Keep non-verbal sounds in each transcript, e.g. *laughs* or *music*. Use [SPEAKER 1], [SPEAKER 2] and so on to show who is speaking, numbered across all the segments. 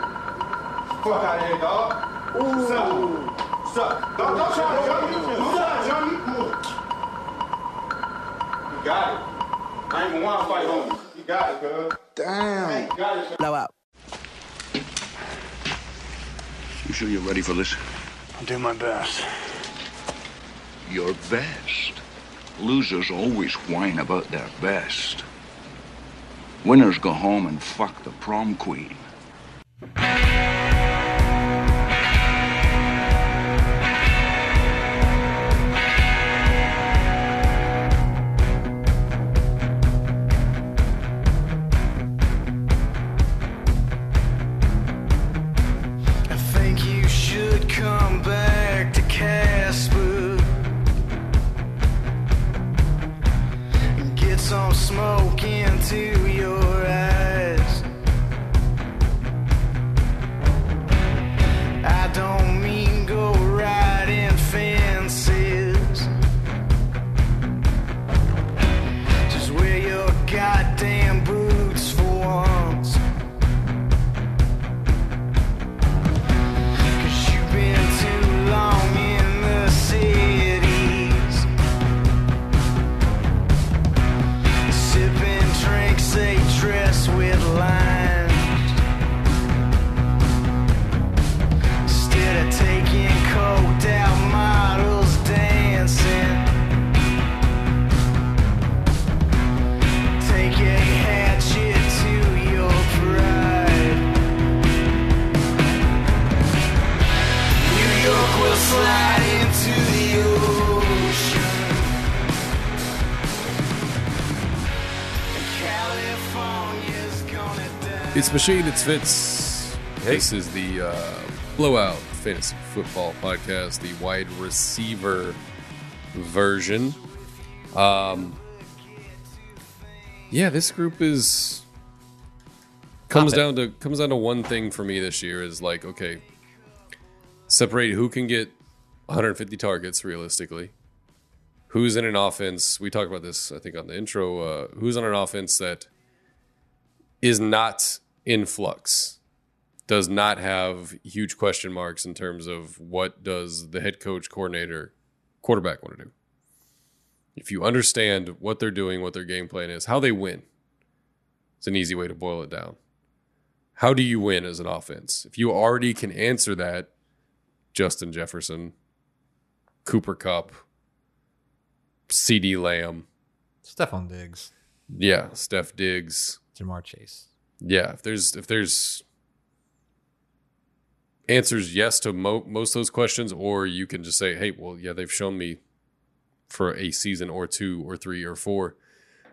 [SPEAKER 1] Fuck out of here, dog. Suck. Suck. Don't, don't try to jump me. Don't try to jump me. You got it. I ain't gonna wanna fight on you. You got it, cuz.
[SPEAKER 2] Damn.
[SPEAKER 1] You got it, cuz.
[SPEAKER 3] Blow up.
[SPEAKER 4] You sure you're ready for this?
[SPEAKER 5] I'll do my best.
[SPEAKER 4] Your best. Losers always whine about their best. Winners go home and fuck the prom queen.
[SPEAKER 5] I think you should come back to Casper and get some smoke into your eyes. I don't mean go riding fences. Just wear your goddamn boots for once. Cause you've been too long in the cities Sipping drinks they dress with lines Instead of taking coked out models dancing Take a hatchet to your pride New York will slide into the ocean. And California's gonna die.
[SPEAKER 6] It's Machine, it's Fitz. This is the uh, Blowout Fantasy Football Podcast, the wide receiver version. Um, yeah, this group is comes
[SPEAKER 7] it.
[SPEAKER 6] down to comes down to one thing for me this year is like okay, separate who can get 150 targets realistically. Who's in an offense? We talked about this, I think, on the intro. Uh, who's on an offense that is not in flux does not have huge question marks in terms of what does the head coach coordinator quarterback want to do if you understand what they're doing what their game plan is how they win it's an easy way to boil it down how do you win as an offense if you already can answer that justin jefferson cooper cup cd lamb
[SPEAKER 7] Stephon Diggs,
[SPEAKER 6] yeah steph diggs
[SPEAKER 7] Jamar Chase.
[SPEAKER 6] yeah if there's if there's answers yes to mo- most of those questions or you can just say hey well yeah they've shown me for a season or two or three or four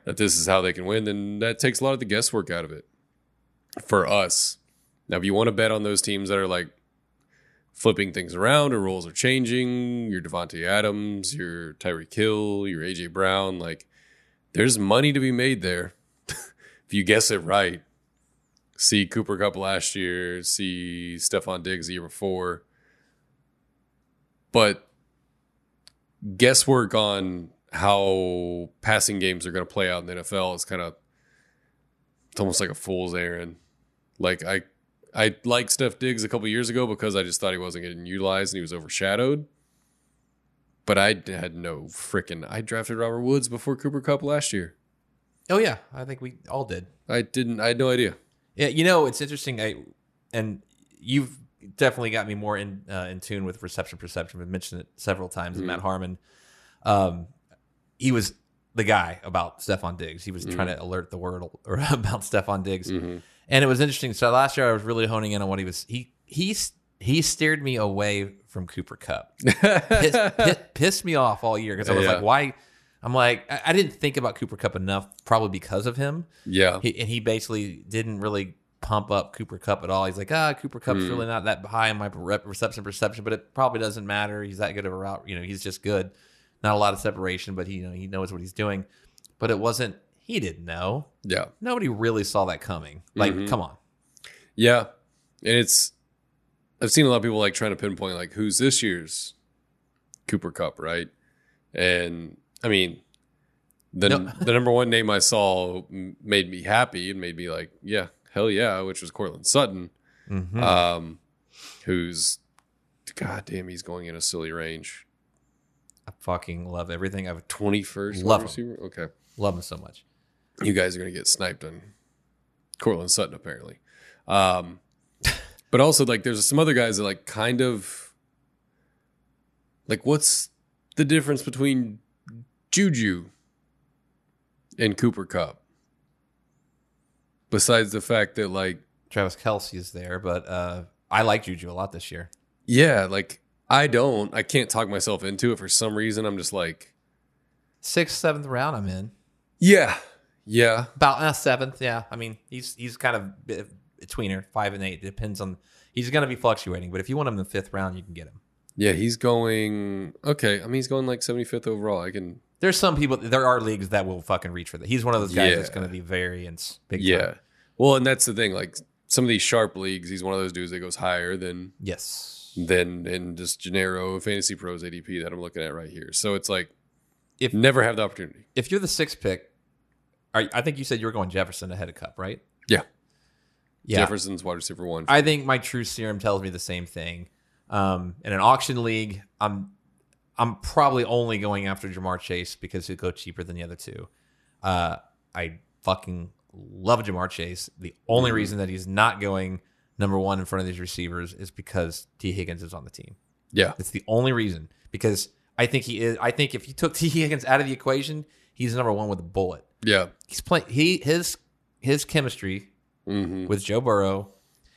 [SPEAKER 6] that this is how they can win then that takes a lot of the guesswork out of it for us now if you want to bet on those teams that are like flipping things around or roles are changing your devonte adams your tyreek hill your aj brown like there's money to be made there *laughs* if you guess it right see Cooper Cup last year, see Stefan Diggs the year before. But guesswork on how passing games are going to play out in the NFL is kind of it's almost like a fool's errand. Like I I liked Steph Diggs a couple years ago because I just thought he wasn't getting utilized and he was overshadowed. But I had no freaking I drafted Robert Woods before Cooper Cup last year.
[SPEAKER 7] Oh yeah, I think we all did.
[SPEAKER 6] I didn't I had no idea.
[SPEAKER 7] Yeah, you know it's interesting. I and you've definitely got me more in uh, in tune with reception perception. We've mentioned it several times. And Matt Harmon, um, he was the guy about Stefan Diggs. He was trying to alert the world *laughs* or about Stefan Diggs,
[SPEAKER 6] Mm-hmm.
[SPEAKER 7] and it was interesting. So last year I was really honing in on what he was. He he s- he steered me away from Cooper Cup.
[SPEAKER 6] *laughs*
[SPEAKER 7] Piss- pi- pissed, me off all year because I was
[SPEAKER 6] Yeah.
[SPEAKER 7] like, why? I'm like, I, I didn't think about Cooper Cup enough, probably because of him.
[SPEAKER 6] *laughs* Yeah.
[SPEAKER 7] He, and he basically didn't really pump up Cooper Cup at all. He's like, ah, Cooper Cup's really not that high in my rep- reception perception, but it probably doesn't matter. He's that good of a route. You know, he's just good. Not a lot of separation, but he you know he knows what he's doing. But it wasn't. He didn't know.
[SPEAKER 6] yeah.
[SPEAKER 7] Nobody really saw that coming. Like, come on.
[SPEAKER 6] Yeah. And it's I've seen a lot of people like trying to pinpoint like who's this year's Cooper Cup, right? And I mean the
[SPEAKER 7] No.
[SPEAKER 6] the number one name I saw m- made me happy and made me like, yeah, Hell Yeah, which was Cortland Sutton,
[SPEAKER 7] Mm-hmm.
[SPEAKER 6] um, who's, God damn, he's going in a silly range.
[SPEAKER 7] I fucking love everything. I
[SPEAKER 6] 21st
[SPEAKER 7] Love
[SPEAKER 6] wide
[SPEAKER 7] him.
[SPEAKER 6] receiver? Okay.
[SPEAKER 7] love him so much.
[SPEAKER 6] You guys are going to get sniped on Cortland Sutton, apparently. Um, *laughs* but also, like, there's some other guys that, like, kind of, like, what's the difference between Juju and Cooper Cup? Besides the fact that, like,
[SPEAKER 7] Travis Kelsey is there, but uh, I like Juju a lot this year.
[SPEAKER 6] Yeah, like I don't. I can't talk myself into it for some reason. I'm just like,
[SPEAKER 7] Sixth, seventh round, I'm in.
[SPEAKER 6] yeah, yeah,
[SPEAKER 7] About uh, seventh, yeah. I mean, he's he's kind of a a tweener, five and eight. Depends on. He's going to be fluctuating, but if you want him in the fifth round, you can get him.
[SPEAKER 6] yeah. He's going okay. I mean, he's going like 75th overall. I can,
[SPEAKER 7] There's some people. There are leagues that will fucking reach for that. He's one of those guys
[SPEAKER 6] Yeah.
[SPEAKER 7] that's going to be variance. Big
[SPEAKER 6] yeah.
[SPEAKER 7] time.
[SPEAKER 6] Well, and that's the thing. Like some of these sharp leagues, he's one of those dudes that goes higher than
[SPEAKER 7] Yes.
[SPEAKER 6] than in just Gennaro Fantasy Pros ADP that I'm looking at right here. So it's like,
[SPEAKER 7] If-
[SPEAKER 6] never have the opportunity.
[SPEAKER 7] If you're the sixth pick, are, I think you said you were going Jefferson ahead of Cup, right?
[SPEAKER 6] Yeah,
[SPEAKER 7] Yeah.
[SPEAKER 6] Jefferson's wide receiver one.
[SPEAKER 7] I think my true serum tells me the same thing. Um, in an auction league, I'm I'm probably only going after Jamar Chase because he'll go cheaper than the other two. Uh, I fucking love Jamar Chase. The only reason that he's not going number one in front of these receivers is because T. Higgins is on the team.
[SPEAKER 6] yeah,
[SPEAKER 7] That's the only reason because I think he is. I think if you took *laughs* T. Higgins out of the equation, he's number one with a bullet.
[SPEAKER 6] yeah,
[SPEAKER 7] He's playing. He his his chemistry
[SPEAKER 6] hmm
[SPEAKER 7] with Joe Burrow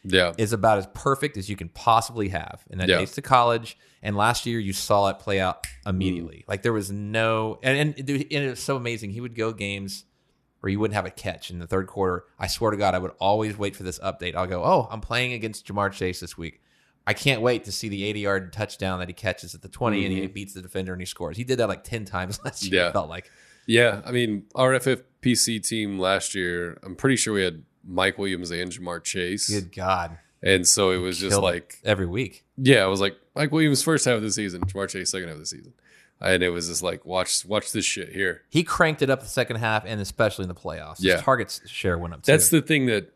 [SPEAKER 6] yeah,
[SPEAKER 7] is about as perfect as you can possibly have. And that
[SPEAKER 6] Yeah.
[SPEAKER 7] dates to college. And last year, you saw it play out immediately.
[SPEAKER 6] Mm.
[SPEAKER 7] Like there was no, and and, it- dude, and it was so amazing. He would go games where you wouldn't have a catch in the third quarter. I swear to God, I would always wait for this update. I'll go, oh, I'm playing against Jamar Chase this week. I can't wait to see the 80 yard touchdown that he catches at the 20 and he beats the defender and he scores. He did that like 10 times *laughs* last year.
[SPEAKER 6] Mm-hmm. Yeah.
[SPEAKER 7] It felt like
[SPEAKER 6] Yeah, I mean, our FFPC team last year, I'm pretty sure we had Mike Williams and Jamar Chase.
[SPEAKER 7] good God,
[SPEAKER 6] And so it was just
[SPEAKER 7] Killed it
[SPEAKER 6] like,
[SPEAKER 7] every week.
[SPEAKER 6] yeah, it was like Mike Williams first half of the season, Jamar Chase second half of the season. And it was just like, watch watch this shit here.
[SPEAKER 7] He cranked it up the second half and especially in the playoffs.
[SPEAKER 6] Yeah.
[SPEAKER 7] His targets share went up. Too.
[SPEAKER 6] That's the thing that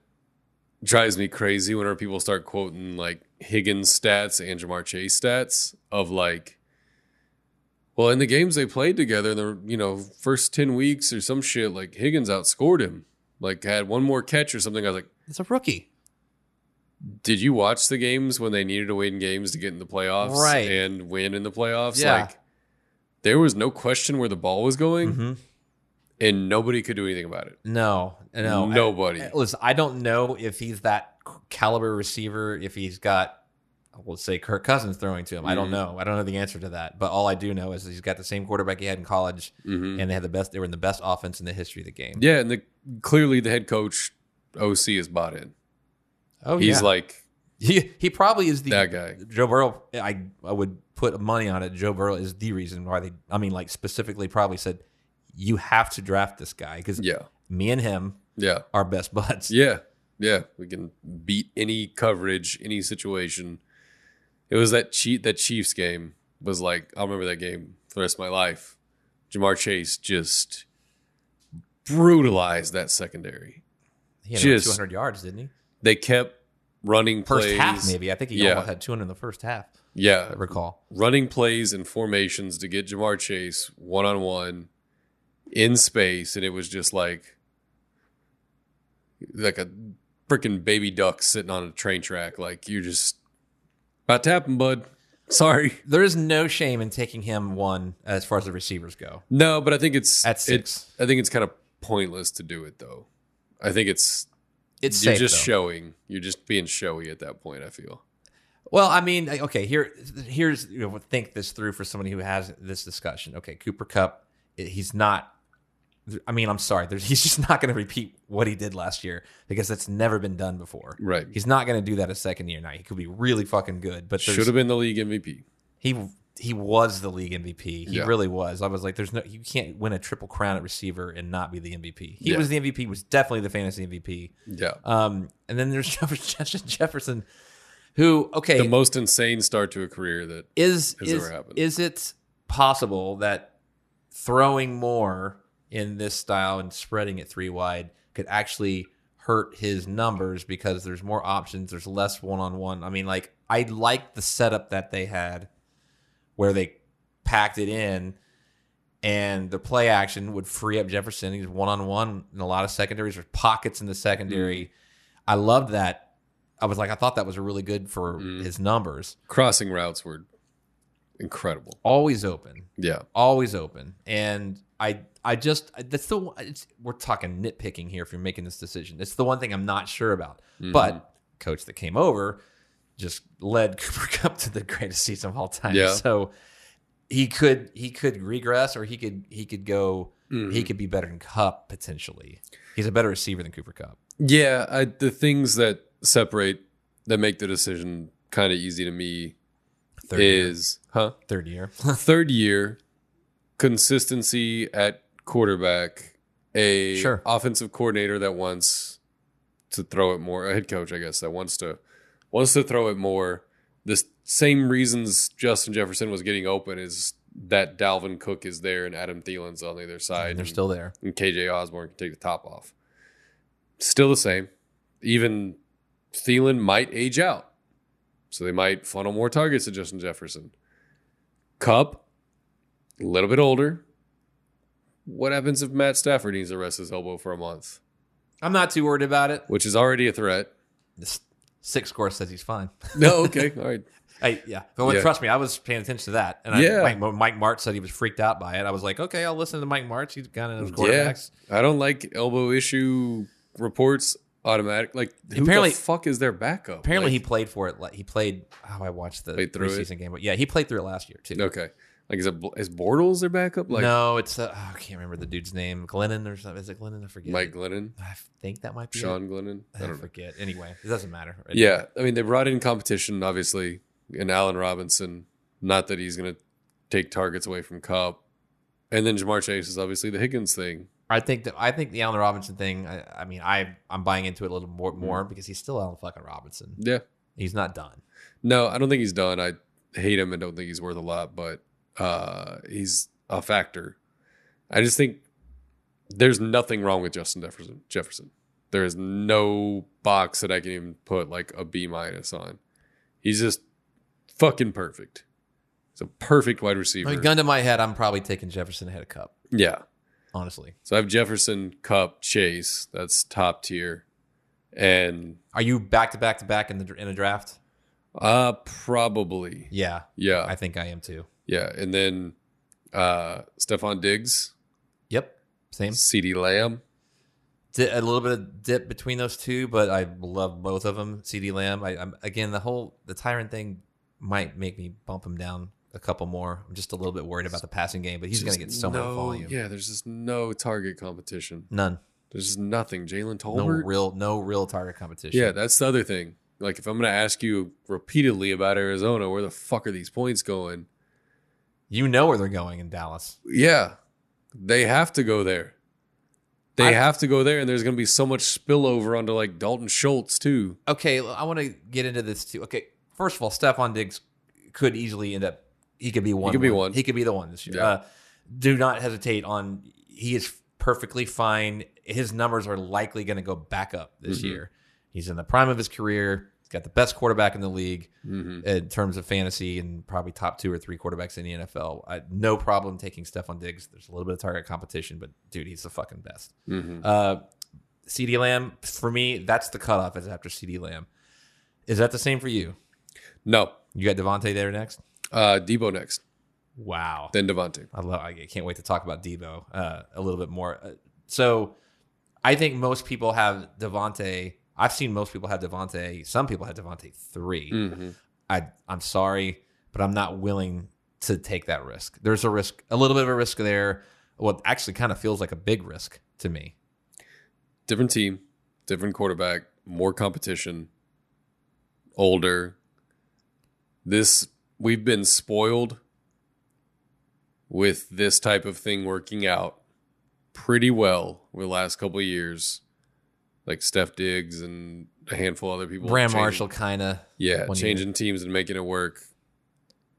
[SPEAKER 6] drives me crazy whenever people start quoting like Higgins stats and Jamar Chase stats of like, well, in the games they played together, the you know first ten weeks or some shit, like Higgins outscored him, like had one more catch or something. I was like,
[SPEAKER 7] it's a rookie.
[SPEAKER 6] did you watch the games when they needed to win games to get in the playoffs
[SPEAKER 7] Right.
[SPEAKER 6] and win in the playoffs?
[SPEAKER 7] Yeah. Mm-hmm.
[SPEAKER 6] Like there was no question where the ball was going and nobody could do anything about it.
[SPEAKER 7] No, no,
[SPEAKER 6] Nobody.
[SPEAKER 7] I, listen, I don't know if he's that caliber receiver. If he's got, let's say, Kirk Cousins throwing to him. I don't
[SPEAKER 6] Mhm.
[SPEAKER 7] know. I don't know the answer to that. But all I do know is he's got the same quarterback he had in college,
[SPEAKER 6] Mhm.
[SPEAKER 7] and they had the best. They were in the best offense in the history of the game.
[SPEAKER 6] Yeah, and the clearly the head coach OC is bought in.
[SPEAKER 7] Oh,
[SPEAKER 6] He's
[SPEAKER 7] yeah.
[SPEAKER 6] like
[SPEAKER 7] he, he probably is the
[SPEAKER 6] that guy.
[SPEAKER 7] Joe Burrow. I I would put money on it. Joe Burrow is the reason why they. I mean, like specifically, probably said you have to draft this guy because
[SPEAKER 6] Yeah.
[SPEAKER 7] me and him
[SPEAKER 6] Yeah.
[SPEAKER 7] are best buds.
[SPEAKER 6] Yeah. Yeah. We can beat any coverage, any situation. It was that cheat that Chiefs game was like I'll remember that game for the rest of my life. Jamar Chase just brutalized that secondary.
[SPEAKER 7] He had over
[SPEAKER 6] Just-
[SPEAKER 7] 200 yards, didn't he?
[SPEAKER 6] They kept running
[SPEAKER 7] first
[SPEAKER 6] plays.
[SPEAKER 7] half maybe. I think he
[SPEAKER 6] Yeah.
[SPEAKER 7] almost had 200 in the first half.
[SPEAKER 6] Yeah.
[SPEAKER 7] I recall.
[SPEAKER 6] Running plays and formations to get Jamar Chase one on one in space, and it was just like like a freaking baby duck sitting on a train track. Like you're just about to happen, bud. Sorry.
[SPEAKER 7] There is no shame in taking him one as far as the receivers go.
[SPEAKER 6] No, but I think it's
[SPEAKER 7] At
[SPEAKER 6] it's-
[SPEAKER 7] six.
[SPEAKER 6] I think it's kind of pointless to do it though. I think it's
[SPEAKER 7] It's
[SPEAKER 6] you're
[SPEAKER 7] safe,
[SPEAKER 6] just
[SPEAKER 7] though.
[SPEAKER 6] showing. You're just being showy at that point. I feel.
[SPEAKER 7] Well, I mean, I- okay, here here's you know, think this through for somebody who has this discussion. Okay, Cooper Cup, i- he's not I mean, I'm sorry. There's, *laughs* he's just not going to repeat what he did last year because that's never been done before.
[SPEAKER 6] Right.
[SPEAKER 7] He's not going to do that a second year now. He could be really fucking good, but there's
[SPEAKER 6] Should have been the league MVP.
[SPEAKER 7] he he was the league MVP. He
[SPEAKER 6] Yeah.
[SPEAKER 7] really was. I was like, there's no you can't win a triple crown at receiver and not be the MVP. He
[SPEAKER 6] Yeah.
[SPEAKER 7] was the MVP. Was definitely the fantasy MVP.
[SPEAKER 6] Yeah.
[SPEAKER 7] Um, and then there's *laughs* Jefferson, Jefferson, who okay
[SPEAKER 6] the most insane start to a career that
[SPEAKER 7] is
[SPEAKER 6] has
[SPEAKER 7] is
[SPEAKER 6] ever happened.
[SPEAKER 7] is it possible that throwing more in this style and spreading it three wide could actually hurt his numbers because there's more options, there's less one on one. I mean, like I like the setup that they had where they packed it in and the play action would free up Jefferson. He's one on one in a lot of secondaries. There's pockets in the
[SPEAKER 6] Mm-hmm.
[SPEAKER 7] secondary. I loved that. I was like, I thought that was really good for
[SPEAKER 6] Mm-hmm.
[SPEAKER 7] his numbers.
[SPEAKER 6] Crossing routes were incredible.
[SPEAKER 7] Always open.
[SPEAKER 6] Yeah.
[SPEAKER 7] always open. And I I just that's the one- it's, we're talking nitpicking here if you're making this decision. It's the one thing I'm not sure about.
[SPEAKER 6] Mm-hmm.
[SPEAKER 7] But coach that came over just led *laughs* Cooper Cup to the greatest season of all time.
[SPEAKER 6] Yeah.
[SPEAKER 7] So he could he could regress or he could he could go
[SPEAKER 6] Mm-hmm.
[SPEAKER 7] he could be better than Cup potentially. He's a better receiver than Cooper Cup.
[SPEAKER 6] Yeah, I, the things that separate that make the decision kind of easy to me
[SPEAKER 7] Third year.
[SPEAKER 6] is huh
[SPEAKER 7] Third year.
[SPEAKER 6] *laughs* third year consistency at quarterback, a
[SPEAKER 7] Sure.
[SPEAKER 6] offensive coordinator that wants to throw it more, a head coach I guess that wants to wants to throw it more. The s- same reasons Justin Jefferson was getting open is that Dalvin Cook is there and Adam Thielen's on the other side.
[SPEAKER 7] They're
[SPEAKER 6] and-
[SPEAKER 7] still there.
[SPEAKER 6] and KJ Osborne can take the top off. Still the same. Even Thielen might age out. So they might funnel more targets to Justin Jefferson. Cup, a little bit older. What happens if Matt Stafford needs to rest his elbow for a month?
[SPEAKER 7] I'm not too worried about it.
[SPEAKER 6] Which is already a threat.
[SPEAKER 7] This six score says he's fine.
[SPEAKER 6] No, *laughs* okay. All right.
[SPEAKER 7] I, yeah, but
[SPEAKER 6] Yeah.
[SPEAKER 7] trust me, I was paying attention to that. And I,
[SPEAKER 6] Yeah.
[SPEAKER 7] Mike, when Mike March said he was freaked out by it. I was like, okay, I'll listen to Mike March. He's got those quarterbacks.
[SPEAKER 6] Yeah. I don't like elbow issue reports automatic. Like, who
[SPEAKER 7] Apparently-
[SPEAKER 6] the fuck is their backup?
[SPEAKER 7] Apparently,
[SPEAKER 6] Like-
[SPEAKER 7] he played for it. like- He played. Oh, I watched the
[SPEAKER 6] Played through
[SPEAKER 7] preseason game, but yeah, he played through it last year too.
[SPEAKER 6] Okay. Like, is, it, is Bortles their backup? Like,
[SPEAKER 7] no, it's uh, oh, I can't remember the dude's name. Glennon or something. Is it Glennon? I forget.
[SPEAKER 6] Mike Glennon?
[SPEAKER 7] I think that might be it.
[SPEAKER 6] Sean Glennon. I
[SPEAKER 7] I
[SPEAKER 6] don't know.
[SPEAKER 7] forget. Anyway, it doesn't matter. It-
[SPEAKER 6] Yeah, I mean they brought in competition, obviously, and Allen Robinson. Not that he's going to take targets away from Cobb, and then Jamar Chase is obviously the Higgins thing.
[SPEAKER 7] I think that I think the Allen Robinson thing. I, I mean, I I'm buying into it a little more more
[SPEAKER 6] Mm.
[SPEAKER 7] because he's still Allen fucking Robinson.
[SPEAKER 6] Yeah,
[SPEAKER 7] He's not done.
[SPEAKER 6] no, I don't think he's done. I hate him and don't think he's worth a lot, but uh, he's a factor. I just think there's nothing wrong with Justin Jefferson. Jefferson, there is no box that I can even put like a B minus on. He's just fucking perfect. He's a perfect wide receiver.
[SPEAKER 7] I mean, gun to my head, I'm probably taking Jefferson ahead of Cup.
[SPEAKER 6] Yeah.
[SPEAKER 7] Honestly,
[SPEAKER 6] So I have Jefferson, Cup, Chase. That's top tier, and
[SPEAKER 7] Are you back to back to back in the in a draft? Oh.
[SPEAKER 6] uh probably
[SPEAKER 7] Yeah,
[SPEAKER 6] yeah
[SPEAKER 7] I think I am too.
[SPEAKER 6] yeah, and then uh Stefan Diggs,
[SPEAKER 7] Yep, same.
[SPEAKER 6] C.D. Lamb.
[SPEAKER 7] Di- a little bit of dip between those two, but I love both of them. CD Lamb. I, I'm again the whole the Tyrant thing might make me bump him down a couple more. I'm just a little bit worried about the passing game, but he's going to get
[SPEAKER 6] Just
[SPEAKER 7] so much
[SPEAKER 6] no-
[SPEAKER 7] volume.
[SPEAKER 6] Yeah, there's just no target competition.
[SPEAKER 7] None.
[SPEAKER 6] There's just nothing. Jalen
[SPEAKER 7] No
[SPEAKER 6] Tolbert.
[SPEAKER 7] real. No real target competition.
[SPEAKER 6] yeah, that's the other thing. Like if I'm gonna ask you repeatedly about Arizona, where the fuck are these points going?
[SPEAKER 7] you know where they're going in Dallas.
[SPEAKER 6] Yeah, they have to go there. They
[SPEAKER 7] I-
[SPEAKER 6] have to go there, and there's going to be so much spillover onto like Dalton Schultz too.
[SPEAKER 7] Okay, I want to get into this too. Okay, first of all, Stephon Diggs could easily end up. He could be one.
[SPEAKER 6] could be one.
[SPEAKER 7] He could be the one this year.
[SPEAKER 6] Yeah.
[SPEAKER 7] Uh, do not hesitate on. He is perfectly fine. His numbers are likely going to go back up this year. He's in the prime of his career. He's got the best quarterback in the league in terms of fantasy and probably top two or three quarterbacks in the NFL. I, no problem taking Stephon Diggs. There's a little bit of target competition, but dude, he's the fucking best. Uh, CD Lamb for me, that's the cutoff is after CD Lamb. Is that the same for you?
[SPEAKER 6] No,
[SPEAKER 7] You got Devontae there next.
[SPEAKER 6] uh, Debo next,
[SPEAKER 7] Wow,
[SPEAKER 6] then Devontae.
[SPEAKER 7] I love. I can't wait to talk about Debo uh, a little bit more. Uh, so, I think most people have Devontae. I've seen most people have Devontae. Some people have Devontae 3
[SPEAKER 6] Hmm.
[SPEAKER 7] I I'm sorry, but I'm not willing to take that risk. There's a risk, a little bit of a risk there. Well, actually, kind of feels like a big risk to me.
[SPEAKER 6] Different team, different quarterback, more competition, older. This we've been spoiled with this type of thing working out pretty well over the last couple of years, like Steph Diggs and a handful of other people.
[SPEAKER 7] Bram
[SPEAKER 6] changing-
[SPEAKER 7] Marshall kind of.
[SPEAKER 6] Yeah,
[SPEAKER 7] when you-
[SPEAKER 6] changing teams and making it work.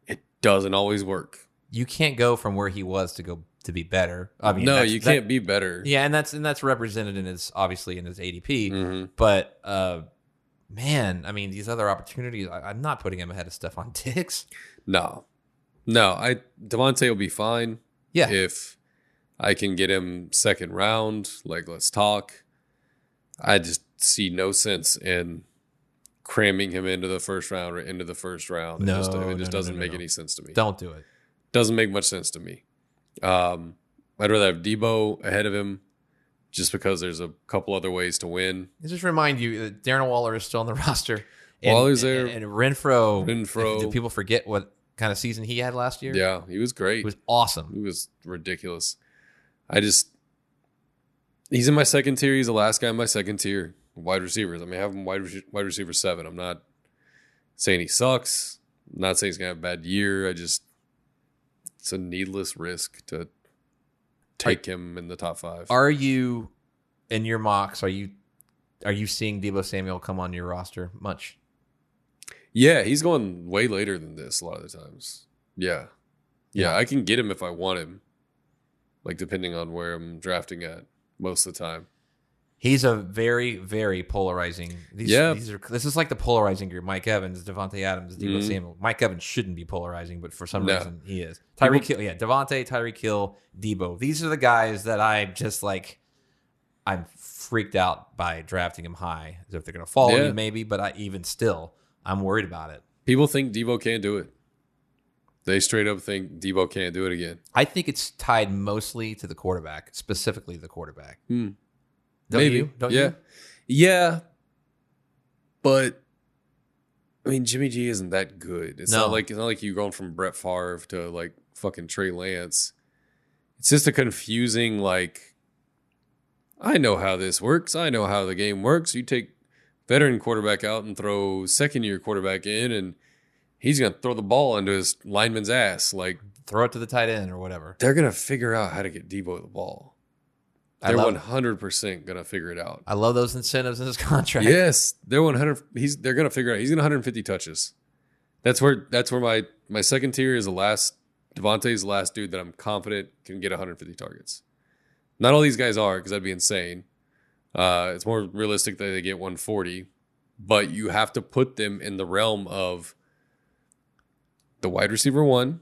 [SPEAKER 6] It doesn't always work.
[SPEAKER 7] You can't go from where he was to go to be better. I mean,
[SPEAKER 6] no,
[SPEAKER 7] that's-
[SPEAKER 6] you
[SPEAKER 7] that-
[SPEAKER 6] can't be better.
[SPEAKER 7] yeah, and that's and that's represented in his obviously in his ADP.
[SPEAKER 6] Mhm.
[SPEAKER 7] But uh, man, I mean, these other opportunities, I, I'm not putting him ahead of Stephon *laughs* Diggs.
[SPEAKER 6] No, no. I Devontae will be fine.
[SPEAKER 7] Yeah,
[SPEAKER 6] if I can get him second round, like let's talk. I just see no sense in cramming him into the first round or into the first round. it
[SPEAKER 7] No,
[SPEAKER 6] just,
[SPEAKER 7] no,
[SPEAKER 6] it just
[SPEAKER 7] no,
[SPEAKER 6] doesn't
[SPEAKER 7] no,
[SPEAKER 6] make
[SPEAKER 7] no.
[SPEAKER 6] any sense to me.
[SPEAKER 7] don't do it.
[SPEAKER 6] Doesn't make much sense to me. Um, I'd rather have Debo ahead of him, just because there's a couple other ways to win.
[SPEAKER 7] Let's just remind you that Darren Waller is still on the *laughs* roster.
[SPEAKER 6] Waller's there.
[SPEAKER 7] And, Renfro.
[SPEAKER 6] Renfro.
[SPEAKER 7] Do people forget what kind of season he had last year?
[SPEAKER 6] Yeah, he was great.
[SPEAKER 7] It was awesome.
[SPEAKER 6] He was ridiculous. I just he's in my second tier. He's the last guy in my second tier. Wide receivers. I mean, I have him wide re- wide receiver seven. I'm not saying he sucks. I'm not saying he's gonna have a bad year. I just it's a needless risk to take him in the top five.
[SPEAKER 7] Are you in your mocks? Are you are you seeing Debo Samuel come on your roster much?
[SPEAKER 6] yeah, he's going way later than this a lot of the times. Yeah, yeah, I can get him if I want him. Like depending on where I'm drafting at, most of the time.
[SPEAKER 7] He's a very, very polarizing. These,
[SPEAKER 6] Yeah.
[SPEAKER 7] these are this is like the polarizing group: Mike Evans, Devontae Adams, Debo
[SPEAKER 6] Mhm.
[SPEAKER 7] Samuel. Mike Evans shouldn't be polarizing, but for some
[SPEAKER 6] No.
[SPEAKER 7] reason he is. Tyreek Hill, yeah, Devontae, Tyreek Hill, Debo. These are the guys that I just like. I'm freaked out by drafting him high, as if they're going to follow
[SPEAKER 6] Yeah.
[SPEAKER 7] me, maybe. But I even still, I'm worried about it.
[SPEAKER 6] People think Debo can't do it. They straight up think Debo can't do it again.
[SPEAKER 7] I think it's tied mostly to the quarterback, specifically the quarterback.
[SPEAKER 6] Hmm.
[SPEAKER 7] Don't
[SPEAKER 6] Maybe.
[SPEAKER 7] you? Don't
[SPEAKER 6] yeah.
[SPEAKER 7] you?
[SPEAKER 6] Yeah. But I mean, Jimmy G isn't that good. It's not
[SPEAKER 7] No.
[SPEAKER 6] like it's not like you going from Brett Favre to like fucking Trey Lance. It's just a confusing like I know how this works. I know how the game works. You take veteran quarterback out and throw second year quarterback in and he's gonna throw the ball into his lineman's ass. Like
[SPEAKER 7] Throw it to the tight end or whatever.
[SPEAKER 6] they're gonna figure out how to get Debo the ball.
[SPEAKER 7] I
[SPEAKER 6] They're
[SPEAKER 7] love,
[SPEAKER 6] one hundred percent gonna figure it out.
[SPEAKER 7] I love those incentives in this *laughs* contract.
[SPEAKER 6] Yes, they're one hundred. He's they're gonna figure it out. He's gonna one hundred fifty touches. That's where that's where my my second tier is the last Devontae's the last dude that I'm confident can get one hundred fifty targets. Not all these guys are because that'd be insane. Uh, it's more realistic that they get one forty, but you have to put them in the realm of the wide receiver one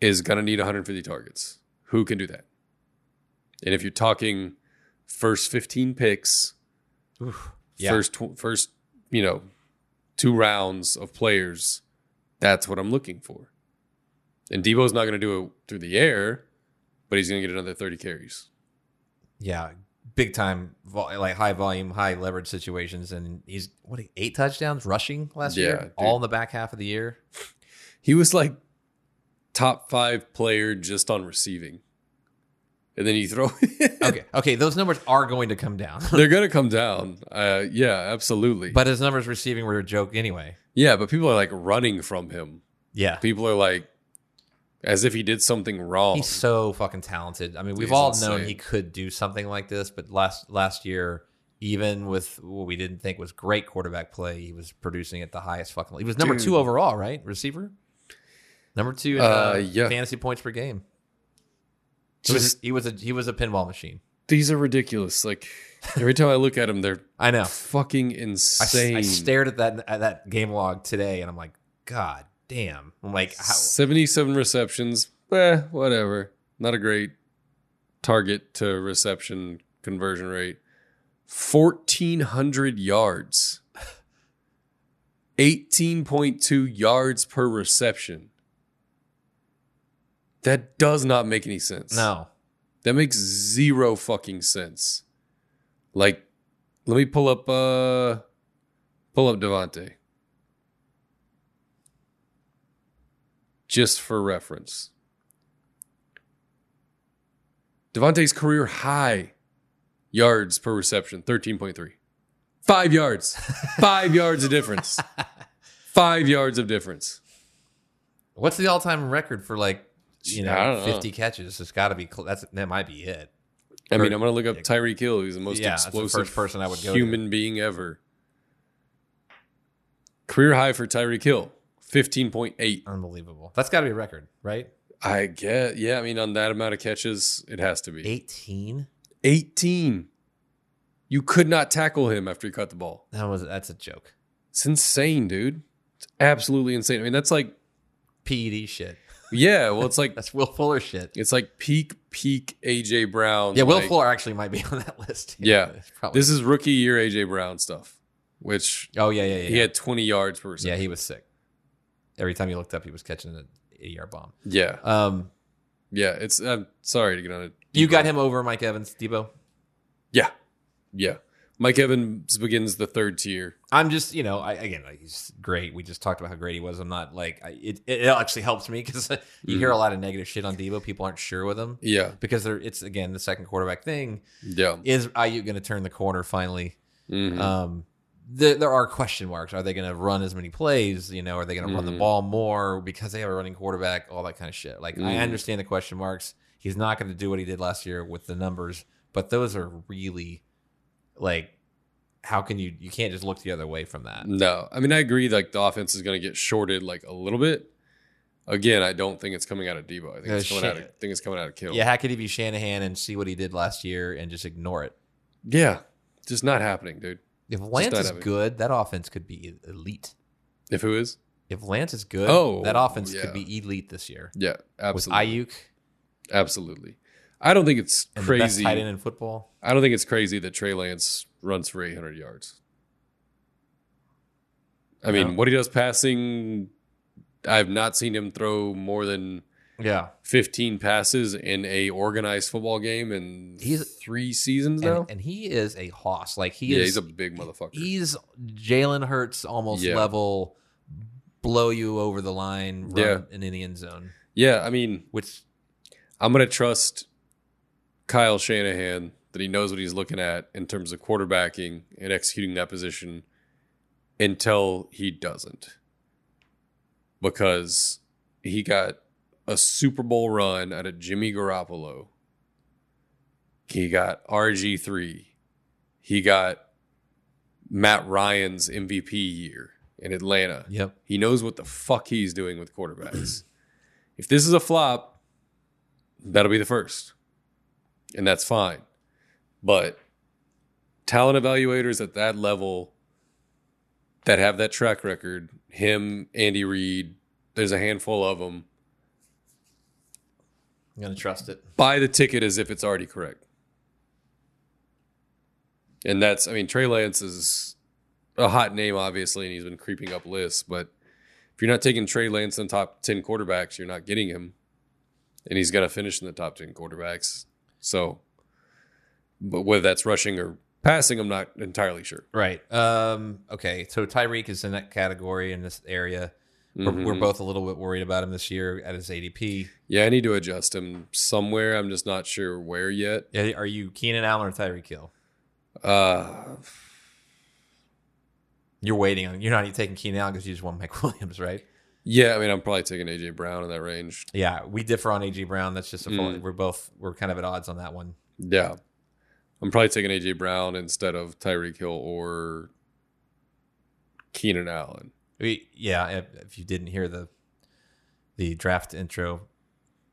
[SPEAKER 6] is going to need 150 targets. Who can do that? And if you're talking first 15 picks,
[SPEAKER 7] Yeah.
[SPEAKER 6] first tw- first, you know, two rounds of players, that's what I'm looking for. And Debo's not going to do it through the air, but he's going to get another 30 carries.
[SPEAKER 7] Yeah, big time, vol- like high volume, high leverage situations, and he's what eight touchdowns rushing last
[SPEAKER 6] Yeah,
[SPEAKER 7] year,
[SPEAKER 6] dude.
[SPEAKER 7] all in the back half of the year.
[SPEAKER 6] He was like top 5 player just on receiving. And then you throw *laughs*
[SPEAKER 7] Okay, okay, those numbers are going to come down,
[SPEAKER 6] They're going to come down. Uh, yeah, absolutely.
[SPEAKER 7] but his numbers receiving were a joke anyway.
[SPEAKER 6] Yeah, but people are like running from him.
[SPEAKER 7] Yeah,
[SPEAKER 6] People are like, as if he did something wrong.
[SPEAKER 7] he's so fucking talented. I mean, we've
[SPEAKER 6] He's
[SPEAKER 7] all known
[SPEAKER 6] insane.
[SPEAKER 7] he could do something like this, but last last year, even with what we didn't think was great quarterback play, he was producing at the highest fucking. He was number
[SPEAKER 6] Dude.
[SPEAKER 7] two overall, right? Receiver, number two in
[SPEAKER 6] Uh,
[SPEAKER 7] uh,
[SPEAKER 6] yeah.
[SPEAKER 7] fantasy points per game. He was-
[SPEAKER 6] Just
[SPEAKER 7] he was a he was a pinball machine.
[SPEAKER 6] these are ridiculous. Like every time I look at him, they're
[SPEAKER 7] I know.
[SPEAKER 6] fucking
[SPEAKER 7] I, s- I
[SPEAKER 6] insane.
[SPEAKER 7] stared at that at that game log today, and I'm like, God damn! I'm like, how,
[SPEAKER 6] Seventy-seven receptions. Eh, whatever. Not a great target to reception conversion rate. Fourteen hundred yards. Eighteen point two yards per reception. That does not make any sense.
[SPEAKER 7] no,
[SPEAKER 6] That makes zero fucking sense. Like, let me pull up uh pull up Devante. Just for reference. Devontae's career high yards per reception, 13.3. Five yards. Five yards of difference. Five yards of difference.
[SPEAKER 7] what's the all time record for like you
[SPEAKER 6] I don't
[SPEAKER 7] know
[SPEAKER 6] know.
[SPEAKER 7] 50 catches? It's got to be cl- that's that might be it.
[SPEAKER 6] I mean, I'm gonna look up Tyreek Hill, who's the most
[SPEAKER 7] Yeah, that's the
[SPEAKER 6] explosive
[SPEAKER 7] first person I would go to.
[SPEAKER 6] human being ever. Career high for Tyreek Hill, fifteen point eight.
[SPEAKER 7] Unbelievable. That's got to be a record, right?
[SPEAKER 6] I get. Yeah, I mean, on that amount of catches, it has to be
[SPEAKER 7] 18?
[SPEAKER 6] 18. You could not tackle him after he caught the ball.
[SPEAKER 7] That was that's a joke.
[SPEAKER 6] It's insane, dude. It's absolutely insane. I mean, that's like,
[SPEAKER 7] PED E shit.
[SPEAKER 6] yeah, well, it's like *laughs*
[SPEAKER 7] That's Will Fuller shit.
[SPEAKER 6] it's like peak peak AJ Brown.
[SPEAKER 7] Yeah, Will
[SPEAKER 6] like-
[SPEAKER 7] Fuller actually might be *laughs* on that list.
[SPEAKER 6] Yeah.
[SPEAKER 7] it's probably.
[SPEAKER 6] This is rookie year AJ Brown stuff, which
[SPEAKER 7] oh yeah, yeah, yeah.
[SPEAKER 6] he had 20 yards per
[SPEAKER 7] yeah,
[SPEAKER 6] reception.
[SPEAKER 7] he was sick. Every time he looked up, he was catching an 80 yard bomb.
[SPEAKER 6] Yeah, yeah,
[SPEAKER 7] Um,
[SPEAKER 6] It's I'm sorry to get on it.
[SPEAKER 7] you got him over Mike Evans, Debo.
[SPEAKER 6] Yeah, yeah. Mike Evans begins the third tier.
[SPEAKER 7] I'm just, you know, I, again, like, he's great. We just talked about how great he was. I'm not like I, it. It actually helps me *laughs* because you hear a lot of negative shit on Debo. People aren't sure with him
[SPEAKER 6] Yeah,
[SPEAKER 7] because they're. It's again the second quarterback thing.
[SPEAKER 6] yeah.
[SPEAKER 7] Is IU going to turn the corner finally?
[SPEAKER 6] Mhm.
[SPEAKER 7] Um, there, there are question marks. Are they going to run as many plays? You know, are they going to run the
[SPEAKER 6] Mm-hmm.
[SPEAKER 7] ball more because they have a running quarterback? All that kind of shit. Like,
[SPEAKER 6] Mm-hmm.
[SPEAKER 7] I understand the question marks. He's not going to do what he did last year with the numbers, but those are really like, how can you? You can't just look the other way from that.
[SPEAKER 6] No, I mean I agree. Like the offense is going to get shorted like a little bit. Again, I don't think it's coming out of Debo. I think
[SPEAKER 7] Oh,
[SPEAKER 6] it's coming
[SPEAKER 7] shit.
[SPEAKER 6] out. Of, I think it's coming out of Kittle.
[SPEAKER 7] Yeah, how could he be Shanahan and see what he did last year and just ignore it?
[SPEAKER 6] yeah. Just not happening, dude.
[SPEAKER 7] If Lance
[SPEAKER 6] not
[SPEAKER 7] is
[SPEAKER 6] having-
[SPEAKER 7] good, that offense could be e-, elite.
[SPEAKER 6] If who is?
[SPEAKER 7] If Lance is good,
[SPEAKER 6] Oh,
[SPEAKER 7] that offense
[SPEAKER 6] yeah.
[SPEAKER 7] could be elite this year
[SPEAKER 6] Yeah, absolutely,
[SPEAKER 7] with Ayuk
[SPEAKER 6] absolutely. I don't think it's
[SPEAKER 7] and the best
[SPEAKER 6] crazy.
[SPEAKER 7] tight end in football.
[SPEAKER 6] I don't think it's crazy that Trey Lance runs for 800 yards. I mean,
[SPEAKER 7] No.
[SPEAKER 6] what he does passing, I've not seen him throw more than
[SPEAKER 7] Yeah.
[SPEAKER 6] 15 passes in a organized football game in
[SPEAKER 7] He's-
[SPEAKER 6] three seasons now.
[SPEAKER 7] And, and he is a hoss. Like he
[SPEAKER 6] yeah,
[SPEAKER 7] is
[SPEAKER 6] he's a big motherfucker.
[SPEAKER 7] he's Jalen Hurts almost
[SPEAKER 6] Yeah.
[SPEAKER 7] level blow you over the line run
[SPEAKER 6] Yeah.
[SPEAKER 7] in the end zone.
[SPEAKER 6] yeah, I mean,
[SPEAKER 7] Which
[SPEAKER 6] I'm going to trust Kyle Shanahan that he knows what he's looking at in terms of quarterbacking and executing that position until he doesn't. Because he got a Super Bowl run out of Jimmy Garoppolo. He got RG3. He got Matt Ryan's MVP year in Atlanta.
[SPEAKER 7] Yep.
[SPEAKER 6] He knows what the fuck he's doing with quarterbacks. *clears throat* if this is a flop, that'll be the first. And that's fine. But talent evaluators at that level that have that track record, him, Andy Reid, there's a handful of them,
[SPEAKER 7] I'm gonna trust it.
[SPEAKER 6] buy the ticket as if it's already correct. And that's, I mean, Trey Lance is a hot name, obviously, and he's been creeping up lists. But if you're not taking Trey Lance in top 10 quarterbacks, you're not getting him. And he's got to finish in the top 10 quarterbacks. So, but whether that's rushing or passing, I'm not entirely sure.
[SPEAKER 7] Right. Um, okay. So Tyreek is in that category in this area. We're, we're both a little bit worried about him this year at his ADP.
[SPEAKER 6] Yeah, I need to adjust him somewhere. I'm just not sure where yet.
[SPEAKER 7] Yeah, Are you Keenan Allen or Tyreek Hill?
[SPEAKER 6] Uh,
[SPEAKER 7] You're waiting on. You're not even taking Keenan Allen because you just want Mike *laughs* Williams, right?
[SPEAKER 6] yeah, I mean, I'm probably taking AJ Brown in that range.
[SPEAKER 7] Yeah, we differ on AJ Brown. That's just a full, we're both we're kind of at odds on that one.
[SPEAKER 6] Yeah. I'm probably taking AJ Brown instead of Tyreek Hill or Keenan Allen.
[SPEAKER 7] We, yeah, if, if you didn't hear the the draft intro,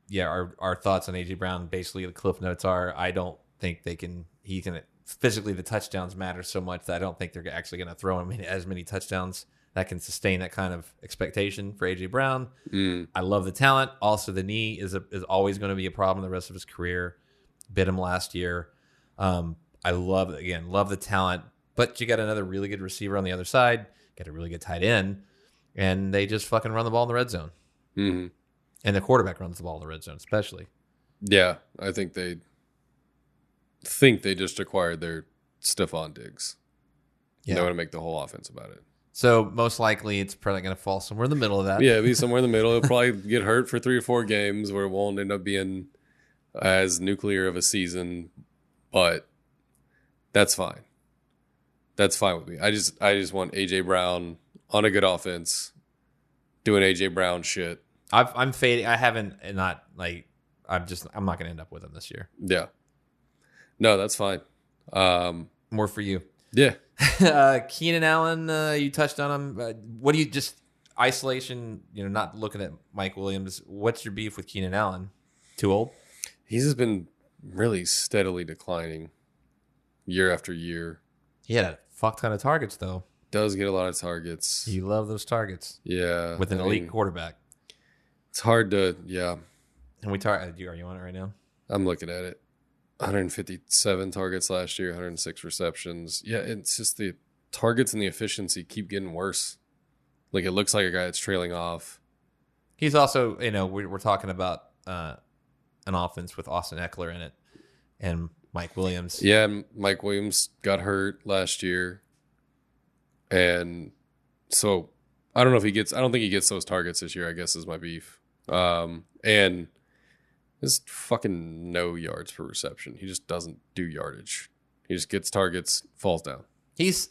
[SPEAKER 7] yeah, our our thoughts on AJ Brown basically the cliff notes are I don't think they can he can physically the touchdowns matter so much that I don't think they're actually going to throw him in as many touchdowns that can sustain that kind of expectation for AJ Brown. I love the talent. Also, the knee is a, is always going to be a problem the rest of his career. Bit him last year. Um, I love again, love the talent, but you got another really good receiver on the other side. Got a really good tight end, and they just fucking run the ball in the red zone.
[SPEAKER 6] hmm
[SPEAKER 7] And the quarterback runs the ball in the red zone, especially.
[SPEAKER 6] Yeah, I think they think they just acquired their Stephon Diggs. Yeah. They
[SPEAKER 7] Yeah.
[SPEAKER 6] want to make the whole offense about it.
[SPEAKER 7] So most likely, it's probably going to fall somewhere in the middle of that.
[SPEAKER 6] Yeah, it'll be somewhere in the middle. It'll probably get hurt for three or four games where it won't end up being as nuclear of a season, but that's fine. That's fine with me. I just I just want AJ Brown on a good offense, doing AJ Brown shit.
[SPEAKER 7] I've, I'm fading. I haven't and not like I'm just I'm not going to end up with him this year.
[SPEAKER 6] Yeah. No, that's fine. Um
[SPEAKER 7] More for you.
[SPEAKER 6] yeah.
[SPEAKER 7] *laughs* uh, Keenan Allen, uh, you touched on him. Uh, what do you just? isolation, you know, not looking at Mike Williams, what's your beef with Keenan Allen? Too old?
[SPEAKER 6] He's just been really steadily declining year after year.
[SPEAKER 7] He had a fuck ton of targets though.
[SPEAKER 6] Does get a lot of targets.
[SPEAKER 7] You love those targets
[SPEAKER 6] yeah.
[SPEAKER 7] with an
[SPEAKER 6] I
[SPEAKER 7] elite
[SPEAKER 6] mean,
[SPEAKER 7] quarterback.
[SPEAKER 6] It's hard to, yeah.
[SPEAKER 7] And we tar- uh, you- are you on it right now?
[SPEAKER 6] I'm looking at it. 157 targets last year, 106 receptions. Yeah, it's just the targets and the efficiency keep getting worse. Like it looks like a guy that's trailing off.
[SPEAKER 7] He's also, you know, we, we're talking about uh, an offense with Austin Eckler in it and Mike Williams.
[SPEAKER 6] Yeah, and Mike Williams got hurt last year. And so I don't know if he gets I don't think he gets those targets this year, I guess is my beef. Um and there's fucking no yards per reception. He just doesn't do yardage. He just gets targets, falls down.
[SPEAKER 7] He's